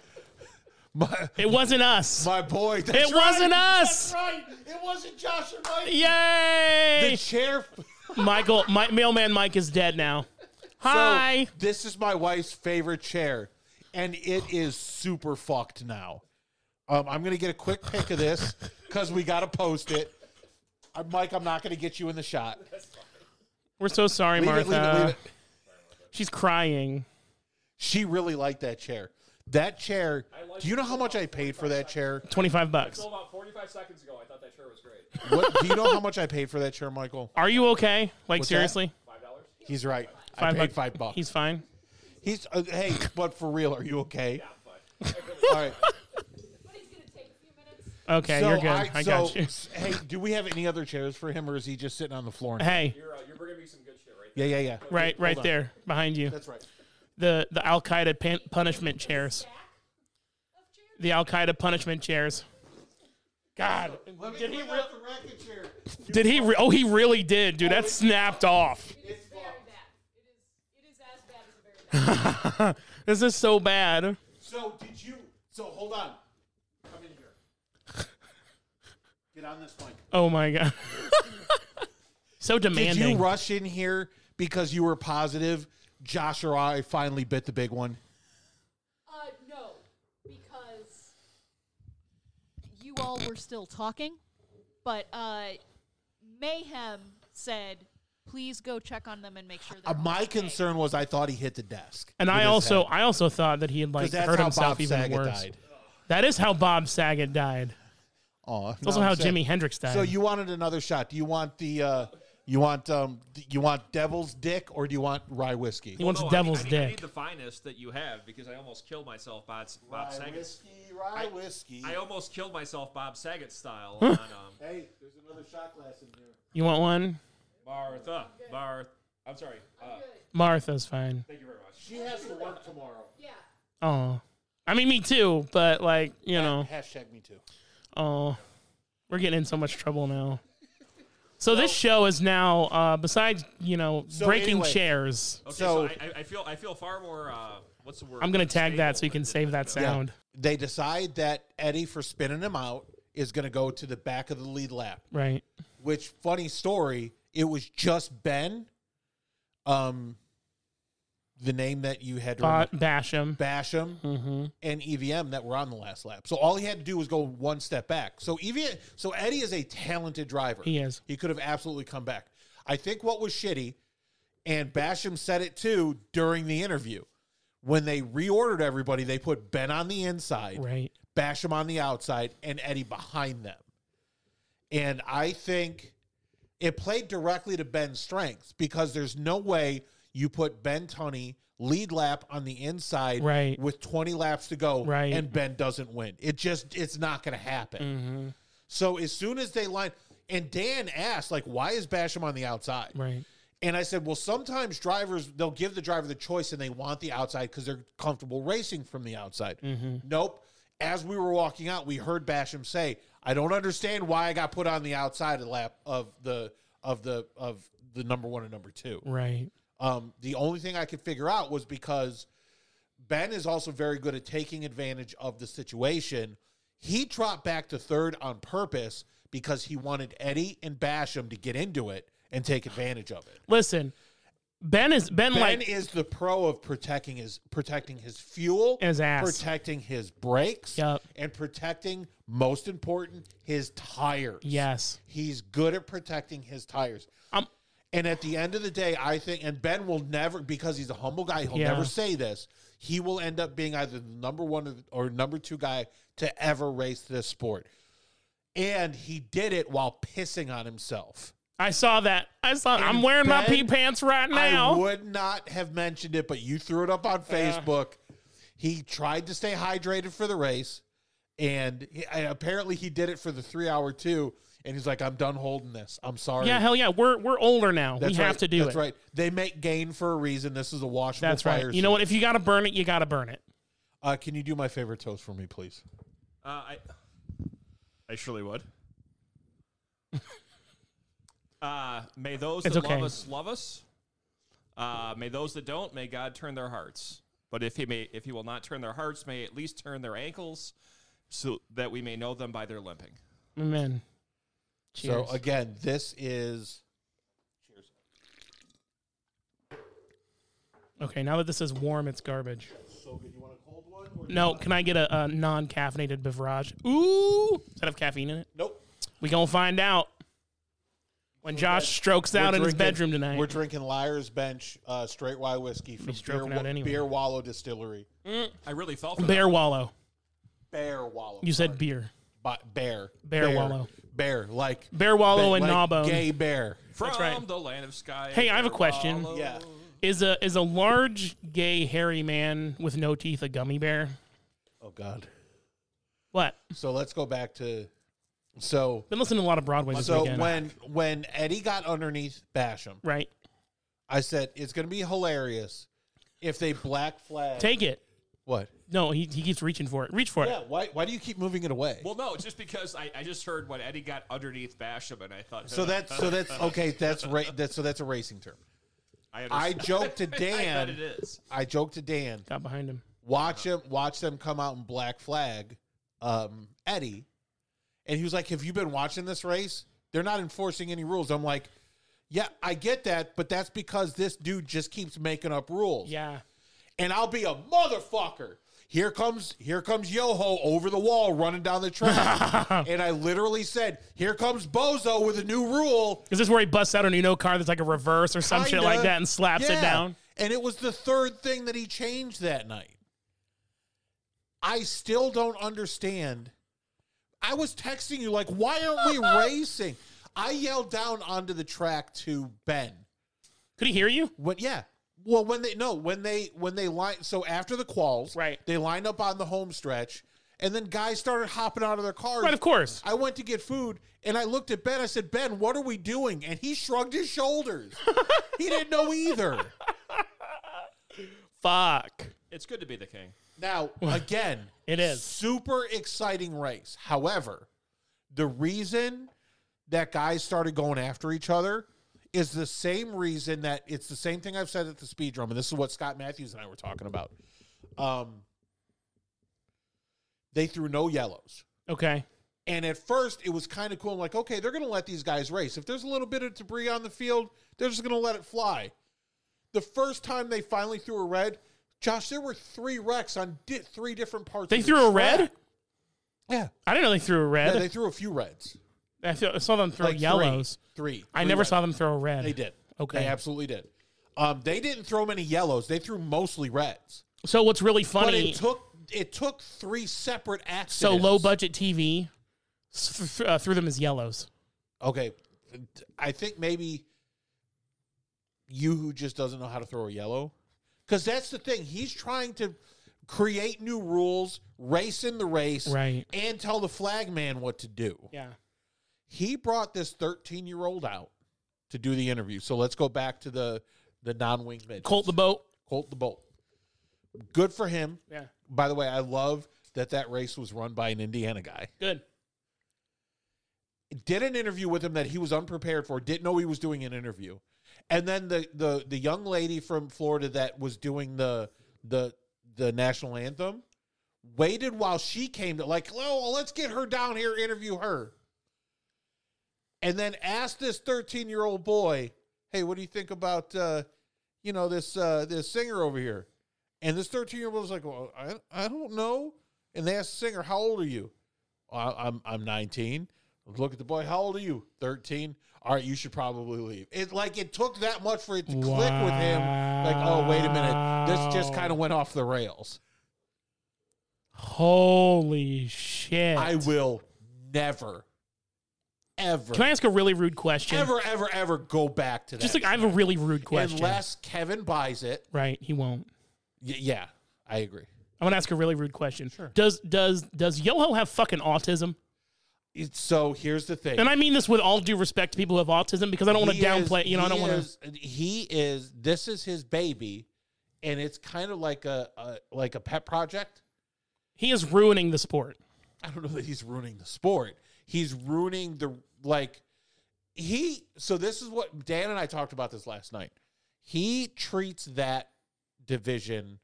my
It wasn't us.
My boy. That's
It wasn't us.
That's right. It wasn't Josh and Mike. The
Yay!
chair.
Michael, my, mailman Mike is dead now. Hi.
This is my wife's favorite chair, and it is super fucked now. Um, I'm gonna get a quick pic of this because we gotta post it. i Mike, I'm not gonna get you in the shot.
We're so sorry,
Leave
Martha.
it, leave it, leave it.
She's crying.
She really liked that chair. That chair. Do you know how much I paid for that chair?
25 bucks.
Until about 45 seconds ago, I thought that shirt was great.
What, do you know how much I paid for that chair, Michael?
Are you okay? Like,
What's that?
seriously?
Five dollars.
He's right. I
Five
paid
buck-
five bucks.
He's fine.
He's uh, hey, but for real, are you okay? All right.
But it's gonna take a few minutes.
Okay, you're good. I,
so,
got you.
s- Hey, do we have any other chairs for him, or is he just sitting on the floor? Now?
Hey,
You're uh, you're bringing me some good shit right
Yeah, yeah, yeah.
right, right
on.
there behind you.
That's right.
The the Al Qaeda pan- punishment chairs. The Al Qaeda punishment chairs. God, did he? Re-
the racket chair?
did he? Re- oh, he really did, dude. That snapped off.
It is very bad. It is it is as bad as a very bad.
This is so bad.
So did you? So hold on. Come in here. Get on this mic.
Oh my god. so
Did
demanding.
you rush in here because you were positive Josh or I finally bit the big one?
Uh no, because you all were still talking, but uh, Mayhem said, "Please go check on them and make sure."
Uh,
they're
my
okay."
concern was I thought he hit the desk.
and
with
I
his
also,
head.
I also thought that he had like
'Cause that's
hurt
how
himself
Bob
even
Saget
worse.
died.
That is how Bob Saget died.
Aw,
It's also
now I'm
how
sad.
Jimi Hendrix died.
So you wanted another shot. Do you want the uh you want um d- you want devil's dick or do you want rye whiskey?
he wants
No, Oh, I need-
devil's
I need, I
dick.
need the finest that you have because I almost killed myself, Bob, Bob Saget.
rye
I-
whiskey.
I almost killed myself, Bob Saget style. on, um,
hey, there's another shot glass in here.
you want one?
Martha, Martha. uh, I'm sorry. Uh,
Martha's fine.
thank you very much.
She has to work tomorrow.
Yeah,
Oh, I mean me too, but like you know,
Hashtag me too.
oh, we're getting in so much trouble now. So this show is now, uh, besides you know
So
breaking
anyway-
chairs,
Okay,
So-
so, I I, I feel I feel far more. Uh, what's the word?
I'm gonna tag that so you can
Stable
save
than-
that sound.
They decide that Eddie for spinning him out is going to go to the back of the lead lap.
Right?
Which funny story, it was just Ben um the name that you had to
Ba- Basham.
Basham
Mm-hmm.
and EVM that were on the last lap. So all he had to do was go one step back. So EVM, so Eddie is a talented driver.
He is.
He could have absolutely come back. I think what was shitty, and Basham said it too during the interview, when they reordered everybody, they put Ben on the inside,
Right.
Basham on the outside, and Eddie behind them. And I think it played directly to Ben's strengths because there's no way you put Ben Tunney lead lap on the inside
Right.
with 20 laps to go
Right. Mm-hmm.
and Ben doesn't win. It just it's not going to happen. So as soon as they line, and Dan asked, like, why is Basham on the outside?
Right.
And I said, well, sometimes drivers, they'll give the driver the choice and they want the outside because they're comfortable racing from the outside. Nope. As we were walking out, we heard Basham say, I don't understand why I got put on the outside of lap of the of the of the number one and number two.
Right.
Um, the only thing I could figure out was because Ben is also very good at taking advantage of the situation. He dropped back to third on purpose because he wanted Eddie and Basham to get into it and take advantage of it.
Listen, Ben is Ben,
Ben
like
is the pro of protecting his protecting his fuel,
His ass.
protecting his brakes,
Yup.
and protecting most important his tires.
yes.
He's good at protecting his tires.
I'm
And at the end of the day, I think, and Ben will never, because he's a humble guy, he'll
Yeah.
never say this. He will end up being either the number one or, the- or number two guy to ever race this sport. And he did it while pissing on himself.
I saw that. I saw. I'm
And
wearing my
Ben,
pee pants right
I
now.
would not have mentioned it, but you threw it up on Facebook. he tried to stay hydrated for the race, and, he, and apparently he did it for the three hour two. And he's like, "I'm done holding this. I'm sorry."
Yeah, hell yeah. We're we're older now. we
right.
have to do
That's
it.
right. They make gain for a reason. This is a washable
That's
fire.
right. You know what? If you gotta burn it, you gotta burn it.
Uh, can you do my favorite toast for me, please?
Uh, I, I surely would. uh, may those
It's
that
okay.
love us love us. Uh, may those that don't, may God turn their hearts. But if he may, if he will not turn their hearts, may he at least turn their ankles, so that we may know them by their limping.
Amen. Cheers.
So again, this is
okay, now that this is warm, it's garbage.
so good. You want a cold one? Or
No, can I get a, a non-caffeinated beverage? Ooh, does that have caffeine in it?
Nope.
We gonna find out when Josh strokes out in his bedroom tonight.
We're drinking Liar's Bench uh, straight rye whiskey from Beer,
stroking out
Wa-
anyway.
Beer Wallow Distillery.
I really fell for that.
Bear wallow.
Bear Wallow.
You said
sorry.
beer.
Ba- bear.
Bear Wallow.
Bear like
Bear wallow
ba-
and
like
gnawbone.
Gay bear.
From
right.
the land of sky.
Hey, I have a
there
question.
follow-
Yeah.
Is a is a large gay hairy man with no teeth a gummy bear?
Oh God.
What?
So let's go back to so
Been listening to a lot of Broadway this
so
weekend.
when when Eddie got underneath Basham,
right.
I said it's gonna be hilarious if they black flag
Take it.
what?
No, he, he keeps reaching for it. Reach for
Yeah,
it.
why why do you keep moving it away?
Well, no, just because I, I just heard when Eddie got underneath Basham, and I thought
So that's so that's okay. That's ra- that's so that's a racing term.
I,
I
understand.
joked to
I bet it
Dan.
is.
I joked to Dan.
Got behind him.
Watch him. Watch them come out in black flag, um, Eddie, and he was like, "Have you been watching this race? They're not enforcing any rules." I'm like, "Yeah, I get that, but that's because this dude just keeps making up rules."
Yeah.
and I'll be a motherfucker. Here comes here comes Yoho over the wall running down the track. and I literally said, Here comes Bozo with a new rule.
Is this where he busts out a new no car that's like a reverse or some shit
Kinda.
like that and slaps
Yeah.
it down?
And it was the third thing that he changed that night. I still don't understand. I was texting you, like, why aren't we racing? I yelled down onto the track to Ben.
Could he hear you?
When yeah. Well, when they no, when they when they line so after the quals,
Right.
They lined up on the home stretch, and then guys started hopping out of their cars.
Right, of course.
I went to get food, and I looked at Ben. I said, "Ben, what are we doing?" And he shrugged his shoulders. he didn't know either.
Fuck.
It's good to be the king.
Now again,
It is.
super exciting race. However, the reason that guys started going after each other is the same reason that it's the same thing I've said at the speed drum, and this is what Scott Matthews and I were talking about. Um, they threw no yellows.
Okay.
And at first, it was kind of cool. I'm like, okay, they're going to let these guys race. If there's a little bit of debris on the field, they're just going to let it fly. The first time they finally threw a red, Josh, there were three wrecks on di- three different parts.
They
of the
threw a
track.
red?
Yeah.
I didn't know they threw a
yeah,
red.
they threw a few reds.
I, feel, I saw them throw
Like
yellows.
Three. three
I never
reds.
saw them throw a red.
They did.
Okay.
They absolutely did. Um, they didn't throw many yellows. They threw mostly reds.
So what's really
But
funny?
it took it took three separate accidents.
so low budget TV s- th- uh, threw them as yellows.
Okay, I think maybe you who just doesn't know how to throw a yellow, because that's the thing. He's trying to create new rules, race in the race,
Right.
and tell the flag man what to do.
Yeah.
He brought this 13 year old out to do the interview. So let's go back to the the non wing mid
Colt the boat.
Colt the Bolt. Good for him.
Yeah.
By the way, I love that that race was run by an Indiana guy.
Good.
Did an interview with him that he was unprepared for. Didn't know he was doing an interview. And then the the the young lady from Florida that was doing the the the national anthem waited while she came to like, oh, well, let's get her down here, interview her. And then asked this 13 year old boy, hey, what do you think about uh, you know, this uh this singer over here? And this 13 year old was like, well, I, I don't know. And they asked the singer, how old are you? I, I'm I'm 19. Look at the boy. How old are you? 13. All right, you should probably leave. It like it took that much for it to click with him. Like, oh wait a minute, this just
Wow.
kind of went off the rails.
Holy shit.
I will never, ever,
Can I ask a really rude question?
ever, ever, ever go back to that.
Just like I have a really rude question.
unless Kevin buys it.
right, he won't.
Y- yeah, I agree.
I'm gonna ask a really rude question. Sure. Does does does Yoho have fucking autism?
It's, so here's the thing.
And I mean this with all due respect to people who have autism because I don't want to
He is-
downplay. You know, I don't
he
want to.
is- He is. This is his baby, and it's kind of like a, a like a pet project.
He is ruining the sport.
I don't know that he's ruining the sport. He's ruining the like he so this is what Dan and I talked about this last night. He treats that division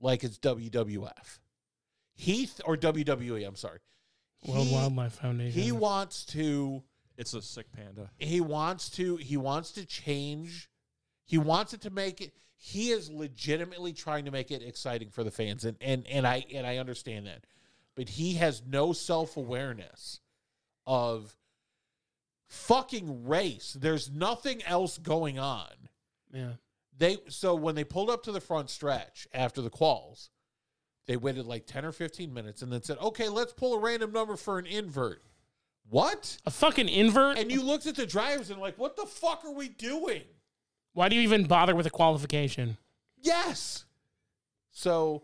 like it's WWF. He th- or WWE, I'm sorry.
World
he,
Wildlife Foundation.
he wants to
It's a sick panda.
he wants to he wants to change he wants it to make it he is legitimately trying to make it exciting for the fans and and and i and i understand that but he has no self-awareness of fucking race there's nothing else going on
yeah.
they so when they pulled up to the front stretch after the quals they waited like 10 or 15 minutes and then said okay let's pull a random number for an invert what
A fucking invert.
and you looked at the drivers and like, what the fuck are we doing?
Why do you even bother with a qualification?
Yes. So,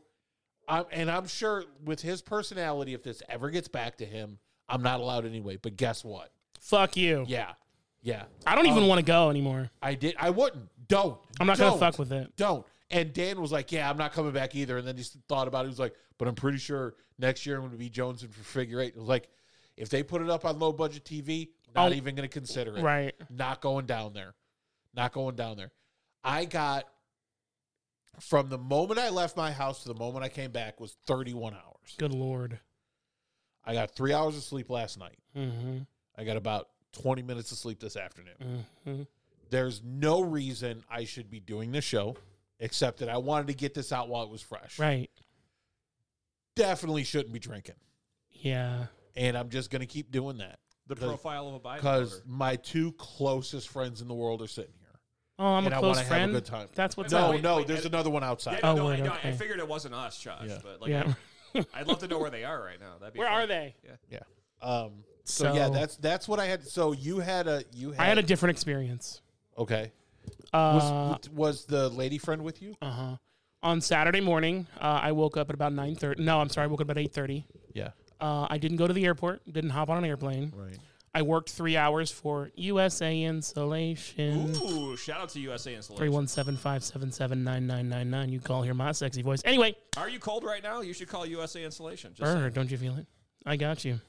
I'm and I'm sure with his personality, if this ever gets back to him, I'm not allowed anyway. But guess what?
Fuck you.
Yeah, Um, yeah.
I don't even want to go anymore.
I did. I wouldn't. Don't.
I'm not gonna
Don't.
fuck with it.
Don't. And Dan was like, "Yeah, I'm not coming back either." And then he s- thought about it. He was like, "But I'm pretty sure next year I'm going to be Jones and for figure eight. It was like, if they put it up on low budget TV, not
Oh,
even going to consider it.
Right.
not going down there. Not going down there. I got from the moment I left my house to the moment I came back was 31 hours.
Good lord.
I got three hours of sleep last night.
Mm-hmm.
I got about 20 minutes of sleep this afternoon.
Mm-hmm.
There's no reason I should be doing this show except that I wanted to get this out while it was fresh.
Right.
Definitely shouldn't be drinking.
Yeah.
And I'm just going to keep doing that
The
Because-
profile of a Biden
because
voter.
my two closest friends in the world are sitting here.
Oh, I'm
And I
a close
wanna have a
friend.
good time.
That's what's
No,
up.
wait,
no,
wait,
there's
I-
another one outside.
Yeah, no,
Oh,
no,
wait,
I, know. I
okay.
figured it wasn't us, Josh.
Yeah.
But like,
Yeah.
I'd love to know where they are right now. That'd be
Where
fun.
are they?
Yeah. Um, so, yeah,
So-
that's that's what I had. So you had a you had,
I had a different experience.
okay. Was
Uh
was the lady friend with you?
huh. On Saturday morning, uh, I woke up at about nine thirty. No, I'm sorry, I woke up at eight thirty.
Yeah.
Uh, I didn't go to the airport. Didn't hop on an airplane.
Right.
I worked three hours for USA Insulation.
Ooh, shout out to USA
Three
Installation.
one seven five seven seven nine nine nine nine. You call, hear my sexy voice. Anyway,
Are you cold right now? You should call USA Installation. Just
Burr, don't you feel it? I got you.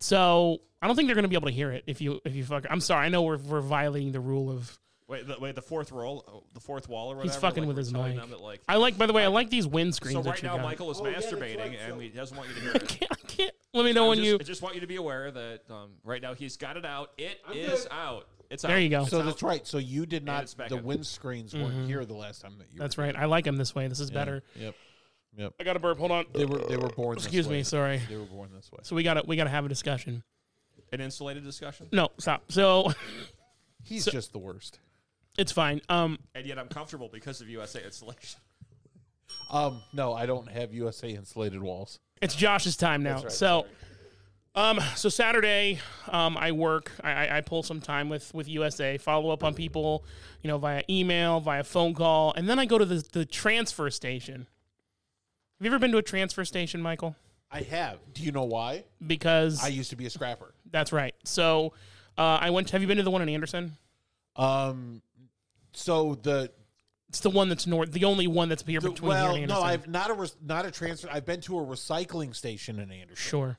So I don't think they're going to be able to hear it if you if you fuck. I'm sorry. I know we're, we're violating the rule of.
Wait, the, wait, the fourth roll, oh, the fourth wall, or whatever.
He's fucking
like,
with
we're
his
telling
mic.
them that, like,
I like. By the way, I like these wind screens.
so
that
right
you
now,
got.
Michael is
Oh, yeah, that's
masturbating,
right,
and
so-
he doesn't want you to hear it.
can't, I can't. Let me know
I
when
just,
you.
I just want you to be aware that um, right now he's got it out. It is
good.
out. It's out.
There you go.
So
It's
that's
out.
right. So you did not.
it's back
The
up.
wind screens weren't here the last time that you.
Mm-hmm. That's right. I like them this way. This is better.
Yep. Yep.
I got a burp. Hold on.
They were they were born.
Excuse
this way.
me. Sorry.
They were born this way.
So we got to we got to have a discussion.
An insulated discussion,
No, stop. So
He's just the worst.
it's fine. Um,
and yet I'm comfortable because of USA Installation.
Um. No, I don't have USA insulated walls.
it's Josh's time now. so, um, so Saturday, um, I work. I, I, I pull some time with with USA, follow up on people, you know, via email, via phone call, and then I go to the the transfer station. Have you ever been to a transfer station, Michael?
I have. Do you know why?
because
I used to be a scrapper.
that's right. So uh, I went. Have you been to the one in Anderson?
Um, so the,
It's the one that's north. The only one that's here
the-
between here
well,
and
no,
Anderson.
I've not a res- not a transfer. I've been to a recycling station in Anderson.
sure.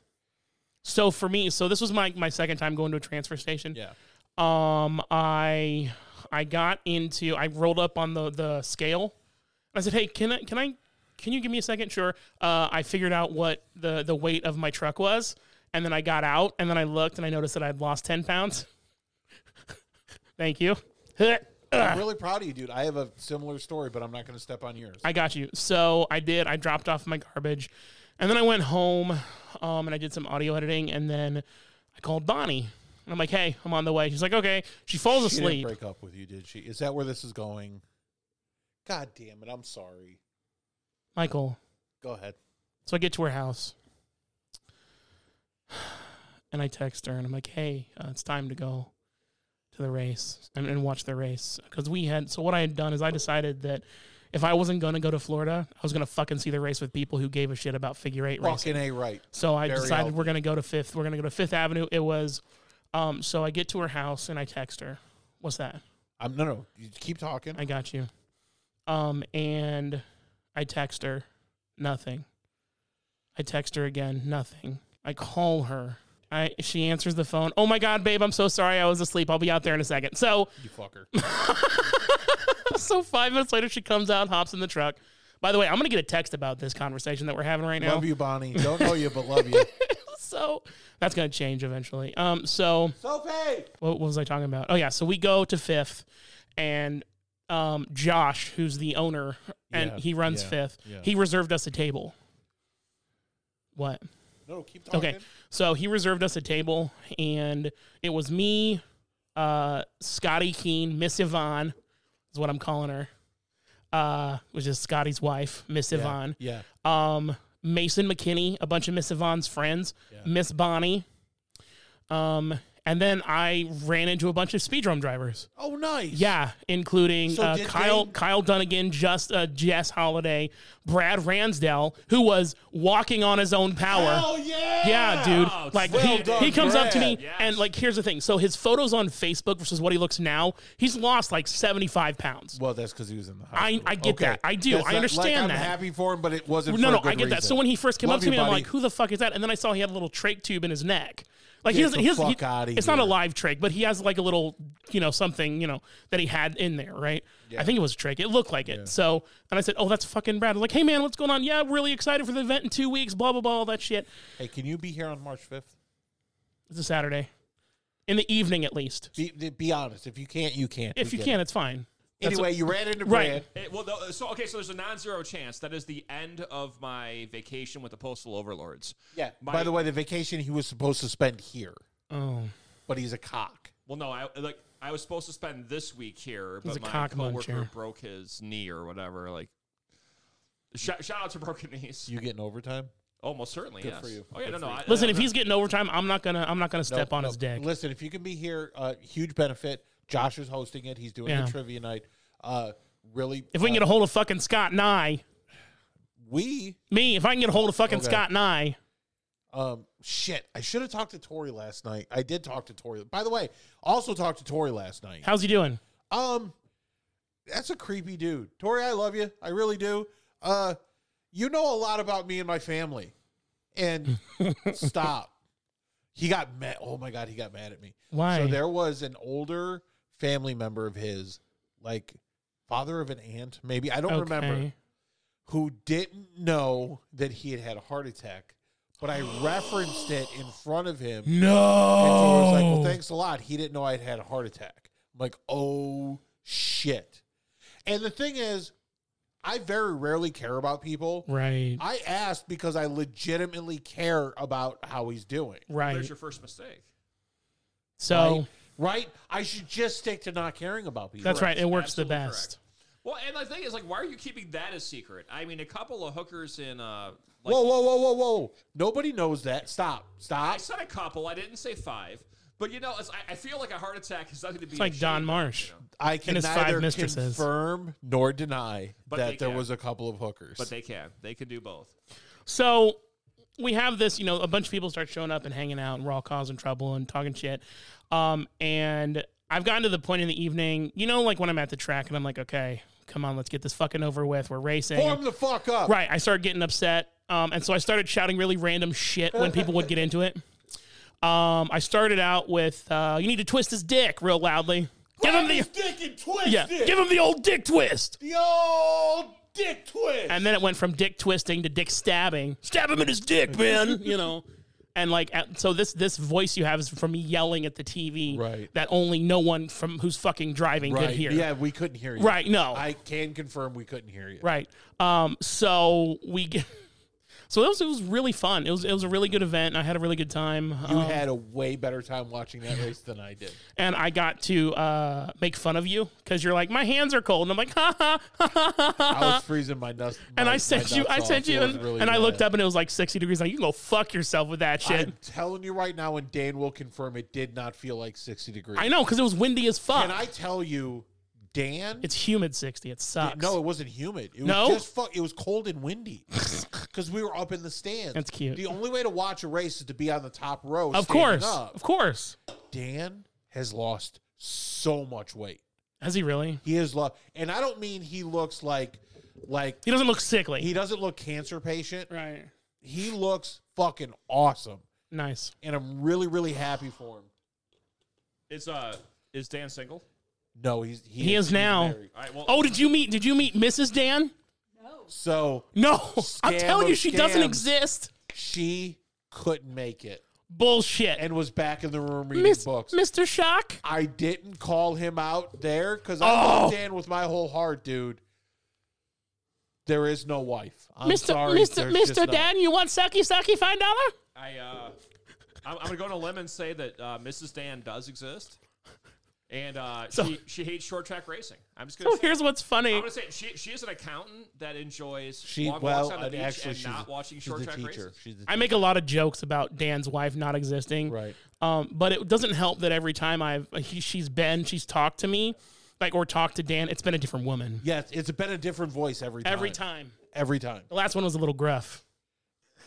So for me, so this was my my second time going to a transfer station.
Yeah,
um i i got into i rolled up on the the scale i said hey can i can i can you give me a second sure uh, i figured out what the the weight of my truck was and then i got out and then i looked and i noticed that i'd lost 10 pounds thank you
I'm really proud of you, dude. I have a similar story, but I'm not going to step on yours.
I got you. So I did. I dropped off my garbage, and then I went home, um, and I did some audio editing, and then I called Bonnie, and I'm like, "Hey, I'm on the way." She's like, "Okay." She falls
she didn't
asleep.
break up with you, did she? Is that where this is going? God damn it! I'm sorry.
Michael,
Go ahead.
So I get to her house and I text her and I'm like, hey, uh, it's time to go to the race and, and watch the race. Because we had, so what I had done is I decided that if I wasn't going to go to Florida, I was going to fucking see the race with people who gave a shit about figure eight racing.
Fucking a right.
So I
Very
decided
healthy.
we're going to go to Fifth. We're going to go to Fifth Avenue. It was, um, so I get to her house and I text her, what's that?
I'm no, no. You keep talking.
I got you. Um, and I text her, nothing. I text her again, nothing. I call her. I she answers the phone. Oh my god, babe, I'm so sorry. I was asleep. I'll be out there in a second. So
you fucker.
so five minutes later, she comes out, hops in the truck. By the way, I'm gonna get a text about this conversation that we're having right now.
Love you, Bonnie. Don't know you, but love you.
So that's gonna change eventually. Um, so
Sophie.
what, what was I talking about? Oh yeah, so we go to fifth, and um, Josh, who's the owner, and
Yeah,
he runs
yeah,
fifth.
yeah.
He reserved us a table. What?
No, keep talking.
Okay, so he reserved us a table, and it was me, uh, Scotty Keen, Miss Yvonne, is what I'm calling her, uh, which is Scotty's wife, Miss
Yeah,
Yvonne
Yeah.
um, Mason McKinney, a bunch of Miss Yvonne's friends,
Yeah.
Miss Bonnie. Um, and then I ran into a bunch of speed drum drivers.
Oh, nice.
Yeah, including
So
uh,
did
Kyle
they-
Kyle Dunnigan, just uh, Jess Holiday, Brad Ransdell, who was walking on his own power.
Hell yeah.
Yeah, dude.
Oh,
like
well
he,
done,
he comes up to me
Brad.
Yes.
and like here's the thing. So his photos on Facebook versus what he looks now, he's lost like 75 pounds.
Well, that's because he was in the
I-
hospital.
I get that. I do. I
not-
understand
I'm
that.
happy for him, but it wasn't.
No,
for
no,
a good
I get that.
reason.
So when he first came
Love
up to
you,
me, I'm
buddy.
like, "Who the fuck is that?" And then I saw he had a little trach tube in his neck. Like he
Get
doesn't.
the
He doesn't. he-
fuck outta
it's not a
here.
live trach, but he has like a little, you know, something, you know, that he had in there, right? I think it was a trach. It looked like it. So, and I said, "Oh, that's fucking Brad." I'm like, "Hey, man, what's going on? Yeah, I'm really excited for the event in two weeks. Blah blah blah, all that shit.
Hey, can you be here on March fifth?
It's a Saturday, in the evening at least.
Be, be honest. If you can't, you can't.
If
We
you
get
can,
it.
it's fine. That's
Anyway, you ran into
Right.
Brad.
Eh, well, though, so okay, so there's a non-zero chance. That is the end of my vacation with the postal overlords.
Yeah.
My-
By the way, the vacation he was supposed to spend here,
a- oh,
but he's a cock.
Well, no, I like I was supposed to spend this week here,
He's
but
a
my
cock
coworker
muncher.
broke his knee or whatever. Like, shout, shout out to broken knees.
You getting overtime?
Almost certainly,
Good
yes.
for you.
Oh yeah,
Good
no, no.
for you.
I,
listen,
I-
if he's getting overtime, I'm not gonna, I'm not gonna
No,
step on
no.
his dick.
Listen, if you can be here, uh, huge benefit. Josh is hosting it. He's doing
Yeah.
the trivia night. Uh, really,
If we can
uh,
get a hold of fucking Scott Nye,
we
me, if I can get a hold of fucking
Okay.
Scott Nye.
Um, shit, I should have talked to Tori last night. I did talk to Tori. By the way, also talked to Tori last night.
How's he doing?
Um, that's a creepy dude. Tori, I love you. I really do. Uh, you know a lot about me and my family. And stop. He got mad. Oh my god, he got mad at me.
Why?
So there was an older family member of his, like father of an aunt, maybe I don't remember,
Okay.
who didn't know that he had had a heart attack. But I referenced it in front of him
No.
and so I was like,
Oh.
well, thanks a lot. He didn't know I'd had a heart attack. I'm like, oh shit. And the thing is, I very rarely care about people.
Right.
I asked because I legitimately care about how he's doing.
Right.
there's your first mistake.
So
Right? Right? I should just stick to not caring about people.
that's right. It works
Absolutely
the best.
correct. Well, and the thing is, like, why are you keeping that a secret? I mean, a couple of hookers in uh, like,
whoa, whoa, whoa, whoa, whoa. Nobody knows that. Stop.
I
Stop.
said a couple. I didn't say five. But you know, it's, I, I feel like a heart attack is nothing to be.
It's like
ashamed
Don
of,
Marsh.
you know?
I can
his five
neither
mistresses.
confirm nor deny
But they
that there
can.
was a couple of hookers.
But they can. They can do both.
So we have this, you know, a bunch of people start showing up and hanging out, and we're all causing trouble and talking shit. Um, and I've gotten to the point in the evening, you know, like when I'm at the track and I'm like, okay, come on, let's get this fucking over with. We're racing.
Form the fuck up.
Right. I started getting upset. Um, and so I started shouting really random shit when people would get into it. Um, I started out with, uh, you need to twist his dick real loudly. Give him the,
dick and twist
yeah,
it.
give him the old dick twist.
the old dick twist.
And then it went from dick twisting to dick stabbing. Stab him in his dick, man. You know, and like at- so this this voice you have is from me yelling at the TV
Right.
that only no one from who's fucking driving could hear.
Yeah, we couldn't hear you.
Right, no.
I can confirm we couldn't hear you.
Right. Um, so we get. So it was, it was really fun. It was it was a really good event. And I had a really good time.
You
Um,
had a way better time watching that race than I did.
and I got to uh, make fun of you because you're like my hands are cold, and I'm like ha ha ha ha ha. ha.
I was freezing my nuts.
And
my-
I
my
sent you,
nuts
I
off.
sent you,
It was
and,
really
and I
bad.
looked up and it was like 60 degrees. Like you can go fuck yourself with that shit.
I'm telling you right now, and Dan will confirm it did not feel like 60 degrees.
i know because it was windy as fuck.
Can I tell you, Dan?
it's humid 60. It sucks.
no, it wasn't humid. It was
No?
just fuck. It was cold and windy because we were up in the stands.
That's cute.
The only way to watch a race is to be on the top row.
of
standing
course,
up.
of course.
Dan has lost so much weight.
Has he really?
He is lost, and I don't mean he looks like like
He doesn't look sickly.
he doesn't look cancer patient.
right.
He looks fucking awesome,
Nice.
and I'm really really happy for him.
Is uh is Dan single?
No, he's he,
He is
he's
now.
married.
All right. Well,
Oh, did you meet? Did you meet Mrs. Dan?
No.
So
No, I'm
Scam
telling you,
of
she doesn't
scams.
exist.
she couldn't make it
Bullshit.
and was back in the room reading
Miss,
books.
Mr. Shock.
I didn't call him out there because
Oh.
I love Dan with my whole heart, dude. There is no wife. I'm
Mr.
sorry,
Mr.
there's just
Mr.
not.
Dan, you want sucky sucky five dollar?
I uh, I'm, I'm gonna go on a limb and say that uh, Mrs. Dan does exist, and uh, she she hates short track racing. I'm just gonna.
So
say
Oh, here's what's
I'm
funny.
gonna say it. she she is an accountant that enjoys
She
long
well,
walks on the
and
beach
actually,
and
she's
not
a-
watching
she's
short
a
track
teacher.
races.
She's a
I make a lot of jokes about Dan's wife not existing,
Right.
Um, but it doesn't help that every time I've he, she's been, she's talked to me, like or talked to Dan, it's been a different woman
Yes, it's been a different voice every time.
every time.
Every time.
The last one was a little gruff.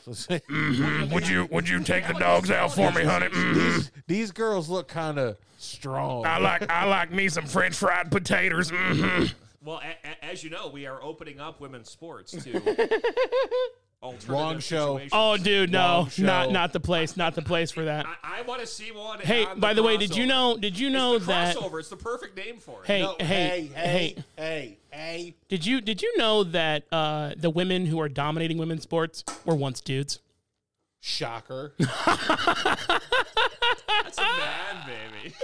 Would you would you take the dogs out for me, honey? Mm.
these, these girls look kind of strong.
I like I like me some French fried potatoes. hmm
Well, a- a- as you know, we are opening up women's sports to alternative
Wrong show.
situations.
Oh, dude, no,
Long show.
not not the place, not the place for that.
I, I want to see one.
Hey,
on
by the way, did you
crossover.
know? Did you know
It's the
that?
crossover? It's the perfect name for it.
Hey,
No,
hey, hey,
hey, hey, hey.
Did you did you know that uh, the women who are dominating women's sports were once dudes?
Shocker.
that's a man, baby.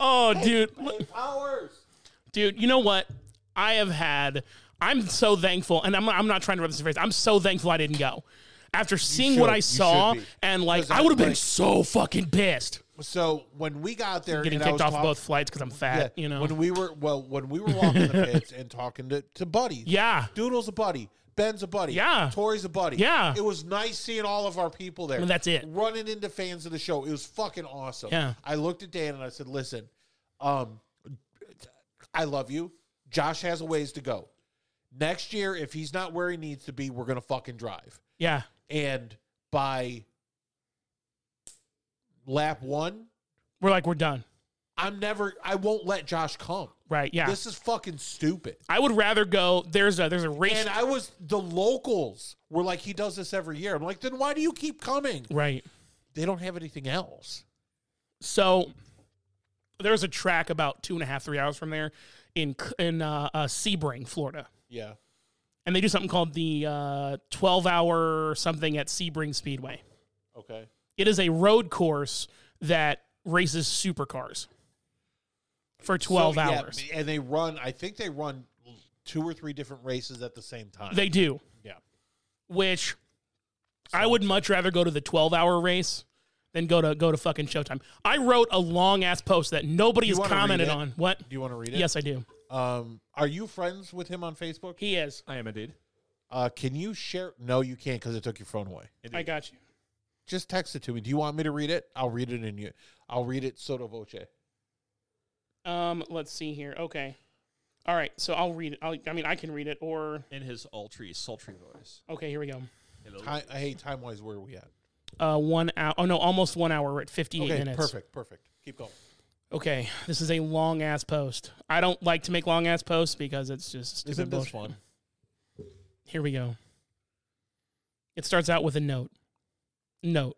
Oh, dude, l-
Powers.
dude, you know what? I have had. I'm so thankful, and I'm I'm not trying to rub this in your face. I'm so thankful I didn't go. After seeing what
should-
I
you
saw,
should be.
and like
'Cause
I
I-
would have been
like-
so fucking pissed
So when we got there,
getting
and I
kicked
was
off
talk-
both flights because I'm fat.
yeah,
you know.
when we were well, when we were walking the pits and talking to to buddies,
yeah.
Doodle's a buddy. Ben's a buddy.
Yeah.
Tori's a buddy.
Yeah.
It was nice seeing all of our people there.
Well, that's it.
Running into fans of the show. It was fucking awesome.
Yeah.
I looked at Dan and I said, listen, um, I love you. Josh has a ways to go. Next year, if he's not where he needs to be, we're going to fucking drive.
Yeah.
And by lap one,
We're like we're done.
I'm never, I won't let Josh come.
Right. Yeah.
This is fucking stupid.
I would rather go. There's a there's a race.
And I was the locals were like, he does this every year. I'm like, then why do you keep coming?
right.
They don't have anything else.
So there's a track about two and a half, three hours from there in in uh, uh, Sebring, Florida,
Yeah.
and they do something called the uh, 12 hour something at Sebring Speedway.
Okay.
It is a road course that races supercars for 12 hours.
and they run. I think they run two or three different races at the same time.
They do,
yeah.
which I would much rather go to the 12 hour race. than go to go to fucking Showtime. I wrote a long ass post that nobody has
wanna read
commented
it?
on. What?
Do you want to read it?
Yes, I do.
Um, are you friends with him on Facebook?
He is.
I am indeed.
Uh, can you share? No, you can't because it took your phone away.
I got you.
Just text it to me. Do you want me to read it? I'll read it in you. I'll read it sotto voce.
Um, let's see here. Okay. All right. So I'll read it. I'll, I mean, I can read it or
In his ultry, sultry voice.
okay, here we go.
Time, I hate time wise. Where are we at?
Uh, one hour. Oh no, almost one hour. We're at fifty-eight
Okay,
minutes.
perfect, perfect. Keep going.
Okay, this is a long ass post. I don't like to make long ass posts because it's just stupid
Isn't this
bullshit.
fun?
Here we go. It starts out with a note. Note.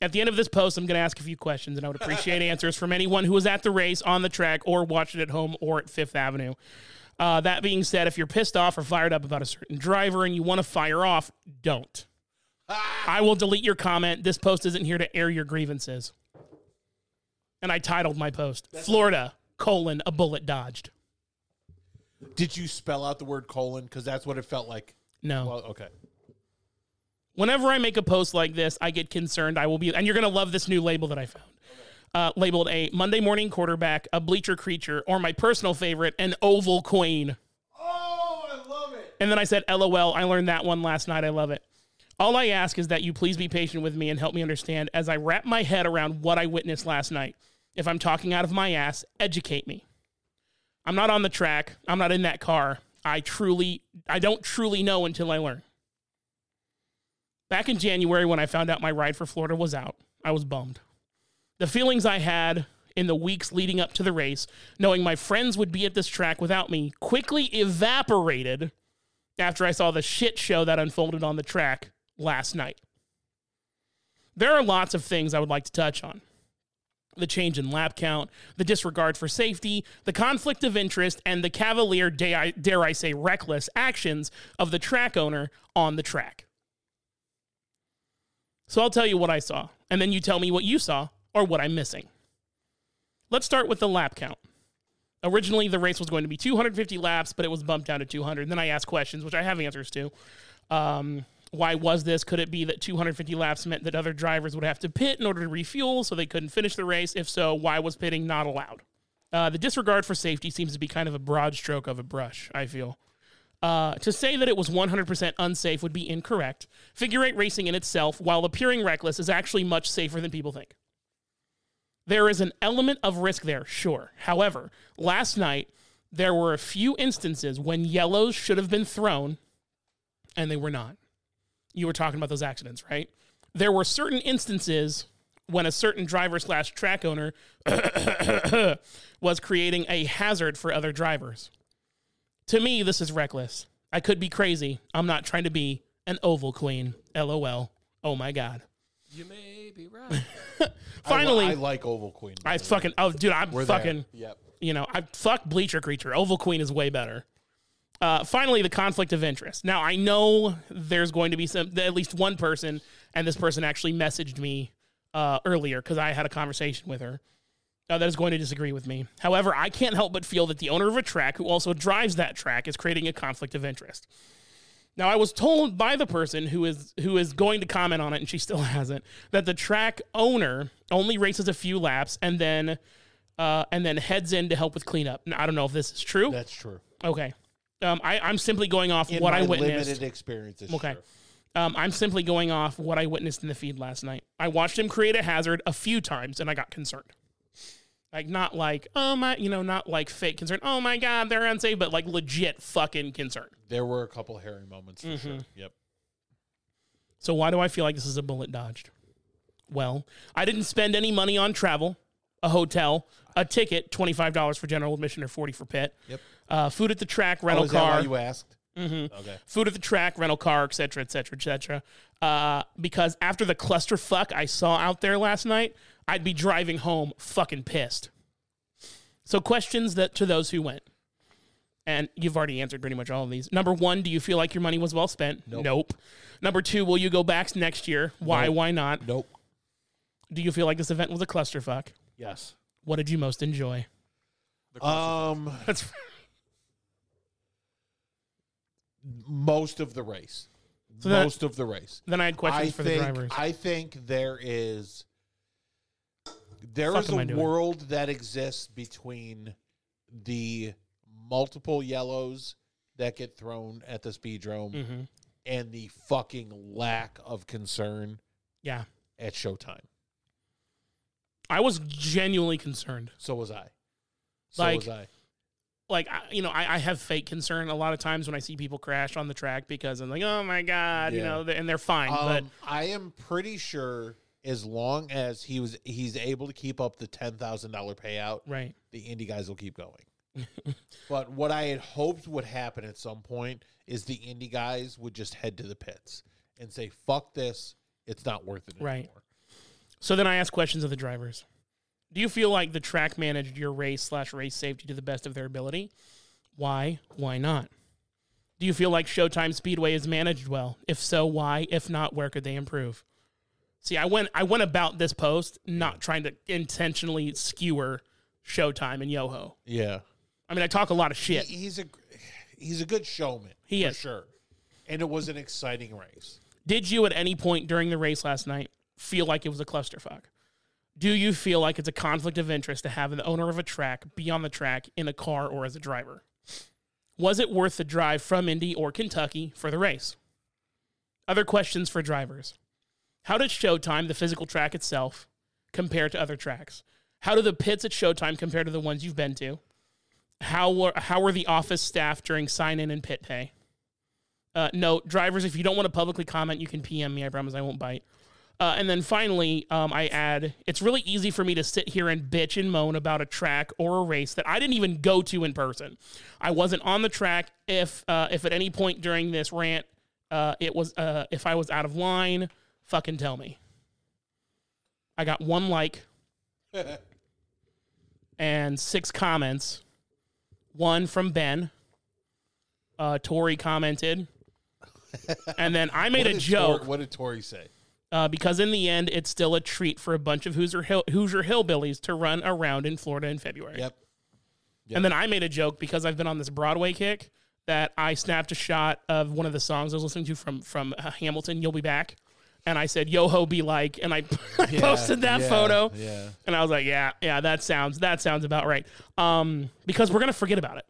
At the end of this post, I'm going to ask a few questions, and I would appreciate answers from anyone who was at the race, on the track, or watched it at home or at Fifth Avenue. Uh, that being said, if you're pissed off or fired up about a certain driver and you want to fire off, don't. I will delete your comment. This post isn't here to air your grievances. And I titled my post Florida, colon, a bullet dodged.
Did you spell out the word colon? Because that's what it felt like.
No.
Well, okay.
whenever I make a post like this, I get concerned. I will be, and you're going to love this new label that I found. Uh, labeled a Monday morning quarterback, a bleacher creature, or my personal favorite, an oval queen.
Oh, I love it.
And then I said, LOL, I learned that one last night. I love it. All I ask is that you please be patient with me and help me understand as I wrap my head around what I witnessed last night. If I'm talking out of my ass, educate me. I'm not on the track. I'm not in that car. I truly, I don't truly know until I learn. Back in January, when I found out my ride for Florida was out, I was bummed. The feelings I had in the weeks leading up to the race, knowing my friends would be at this track without me, quickly evaporated after I saw the shit show that unfolded on the track last night. There are lots of things I would like to touch on the change in lap count, the disregard for safety, the conflict of interest, and the cavalier, dare I, dare I say, reckless actions of the track owner on the track. So I'll tell you what I saw, and then you tell me what you saw or what I'm missing. Let's start with the lap count originally the race was going to be 250 laps, but it was bumped down to 200. And then I asked questions, which I have answers to. Um, why was this? Could it be that 250 laps meant that other drivers would have to pit in order to refuel, so they couldn't finish the race? If so, why was pitting not allowed? Uh, the disregard for safety seems to be kind of a broad stroke of a brush. I feel. Uh, to say that it was 100% unsafe would be incorrect. Figure eight racing in itself, while appearing reckless, is actually much safer than people think. There is an element of risk there, sure. However, last night there were a few instances when yellows should have been thrown and they were not. You were talking about those accidents, right? There were certain instances when a certain driver slash track owner was creating a hazard for other drivers. To me, this is reckless. I could be crazy. I'm not trying to be an oval queen. LOL. Oh my God.
You may be right.
Finally,
I,
I,
like Oval Queen. by the way.
fucking, oh, dude, I'm
We're there.
fucking.
Yep.
you know, I fuck Bleacher Creature. Oval Queen is way better. Uh, finally, the conflict of interest. Now I know there's going to be some, at least one person, and this person actually messaged me uh, earlier because I had a conversation with her uh, that is going to disagree with me. However, I can't help but feel that the owner of a track who also drives that track is creating a conflict of interest. Now, I was told by the person who is who is going to comment on it, and she still hasn't, that the track owner only races a few laps and then uh, and then heads in to help with cleanup. Now, I don't know if this is true.
That's true.
okay, um, I, I'm simply going off what I witnessed.
Limited experiences.
Okay.
sure.
Um, I'm simply going off what I witnessed in the feed last night. I watched him create a hazard a few times, and I got concerned. Like not like oh my, you know, not like fake concern. Oh my god, they're unsafe, but like legit fucking concern.
There were a couple hairy moments for sure.
Mm-hmm.
Yep.
So why do I feel like this is a bullet dodged? Well, I didn't spend any money on travel, a hotel, a ticket, twenty five dollars for general admission or forty for pit.
Yep.
Uh, food at the track, rental
Oh, is that
car.
why you asked? Mm-hmm. Okay.
food at the track, rental car, et cetera, et cetera, et cetera. Uh, because after the clusterfuck I saw out there last night, I'd be driving home fucking pissed. So questions that to those who went. And you've already answered pretty much all of these. Number one, do you feel like your money was well spent? Nope. Number two, will you go back next year? Why?
Nope.
Why not?
Nope.
Do you feel like this event was a clusterfuck?
Yes.
What did you most enjoy?
Um,
That's
most of the race.
So that-
most of the race.
then I had questions
I
for
think,
the drivers.
I think there is there
Fuck
is
am I
a
doing?
world that exists between the multiple yellows that get thrown at the speedrome
Mhm.
and the fucking lack of concern
yeah,
at showtime.
I was genuinely concerned.
So was I. So
Like,
was I.
like I, you know I, I have fake concern a lot of times when I see people crash on the track because I'm like oh my god you
Yeah.
know th- and they're fine but
Um, I am pretty sure as long as he was he's able to keep up the ten thousand dollar payout,
right
the indie guys will keep going. but what I had hoped would happen at some point is the indie guys would just head to the pits and say, "Fuck this, it's not worth it
Right.
anymore."
so then I ask questions of the drivers do you feel like the track managed your race slash race safety to the best of their ability why why not do you feel like Showtime Speedway is managed well if so why if not where could they improve see I went I went about this post not trying to intentionally skewer Showtime and Yoho
Yeah,
I mean I talk a lot of
He-
shit
he's a he's a good showman.
He
for
is.
sure, and it was an exciting race.
Did you at any point during the race last night feel like it was a clusterfuck? Do you feel like it's a conflict of interest to have an owner of a track be on the track in a car or as a driver? Was it worth the drive from Indy or Kentucky for the race? Other questions for drivers. How did Showtime, the physical track itself, compare to other tracks? How do the pits at Showtime compare to the ones you've been to? How were, how were the office staff during sign in and pit day? Uh, no, drivers, if you don't want to publicly comment, you can PM me. I promise I won't bite. Uh, and then finally, um, I add it's really easy for me to sit here and bitch and moan about a track or a race that I didn't even go to in person. I wasn't on the track. If uh, if at any point during this rant, uh, it was uh, if I was out of line, fucking tell me. I got one like and six comments. One from Ben. Uh, Tori commented, and then I made a
What did Tor-
joke
what did Tori say?
uh, because in the end, it's still a treat for a bunch of Hoosier, Hill- Hoosier hillbillies to run around in Florida in February.
Yep.
And then I made a joke because I've been on this Broadway kick that I snapped a shot of one of the songs I was listening to from from uh, Hamilton, "You'll Be Back," and I said "Yo ho, be like," and I, I posted that
yeah,
photo.
yeah.
And I was like, "Yeah, yeah, that sounds that sounds about right." Um, because we're gonna forget about it.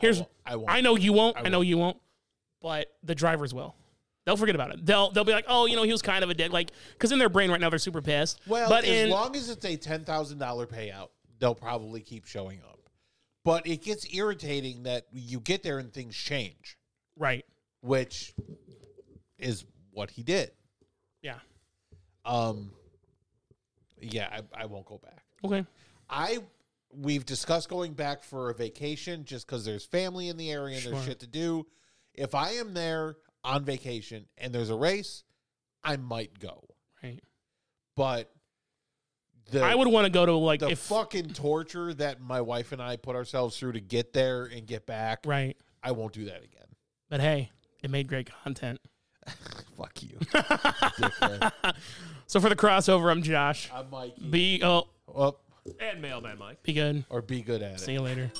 Here's
I won't.
I know you won't. I, know you won't. But the drivers will. They'll forget about it. They'll they'll be like, oh, you know, he was kind of a dick. Like, because in their brain right now they're super pissed.
Well,
but
as
in
long as it's a ten thousand dollar payout, they'll probably keep showing up. But it gets irritating that you get there and things change,
right,
which is what he did.
yeah,
Um, yeah, I, I won't go back.
okay,
I we've discussed going back for a vacation just because there's family in the area and there's
Sure.
shit to do. If I am there on vacation and there's a race, I might go,
right.
but. The,
I would want to go to like
the
if
fucking torture that my wife and I put ourselves through to get there and get back.
right.
I won't do that again.
But hey, it made great content.
Fuck you.
So for the crossover, I'm Josh.
I'm Mikey.
Be oh,
Up
And mailman Mike.
be good.
or be good at it.
See you later.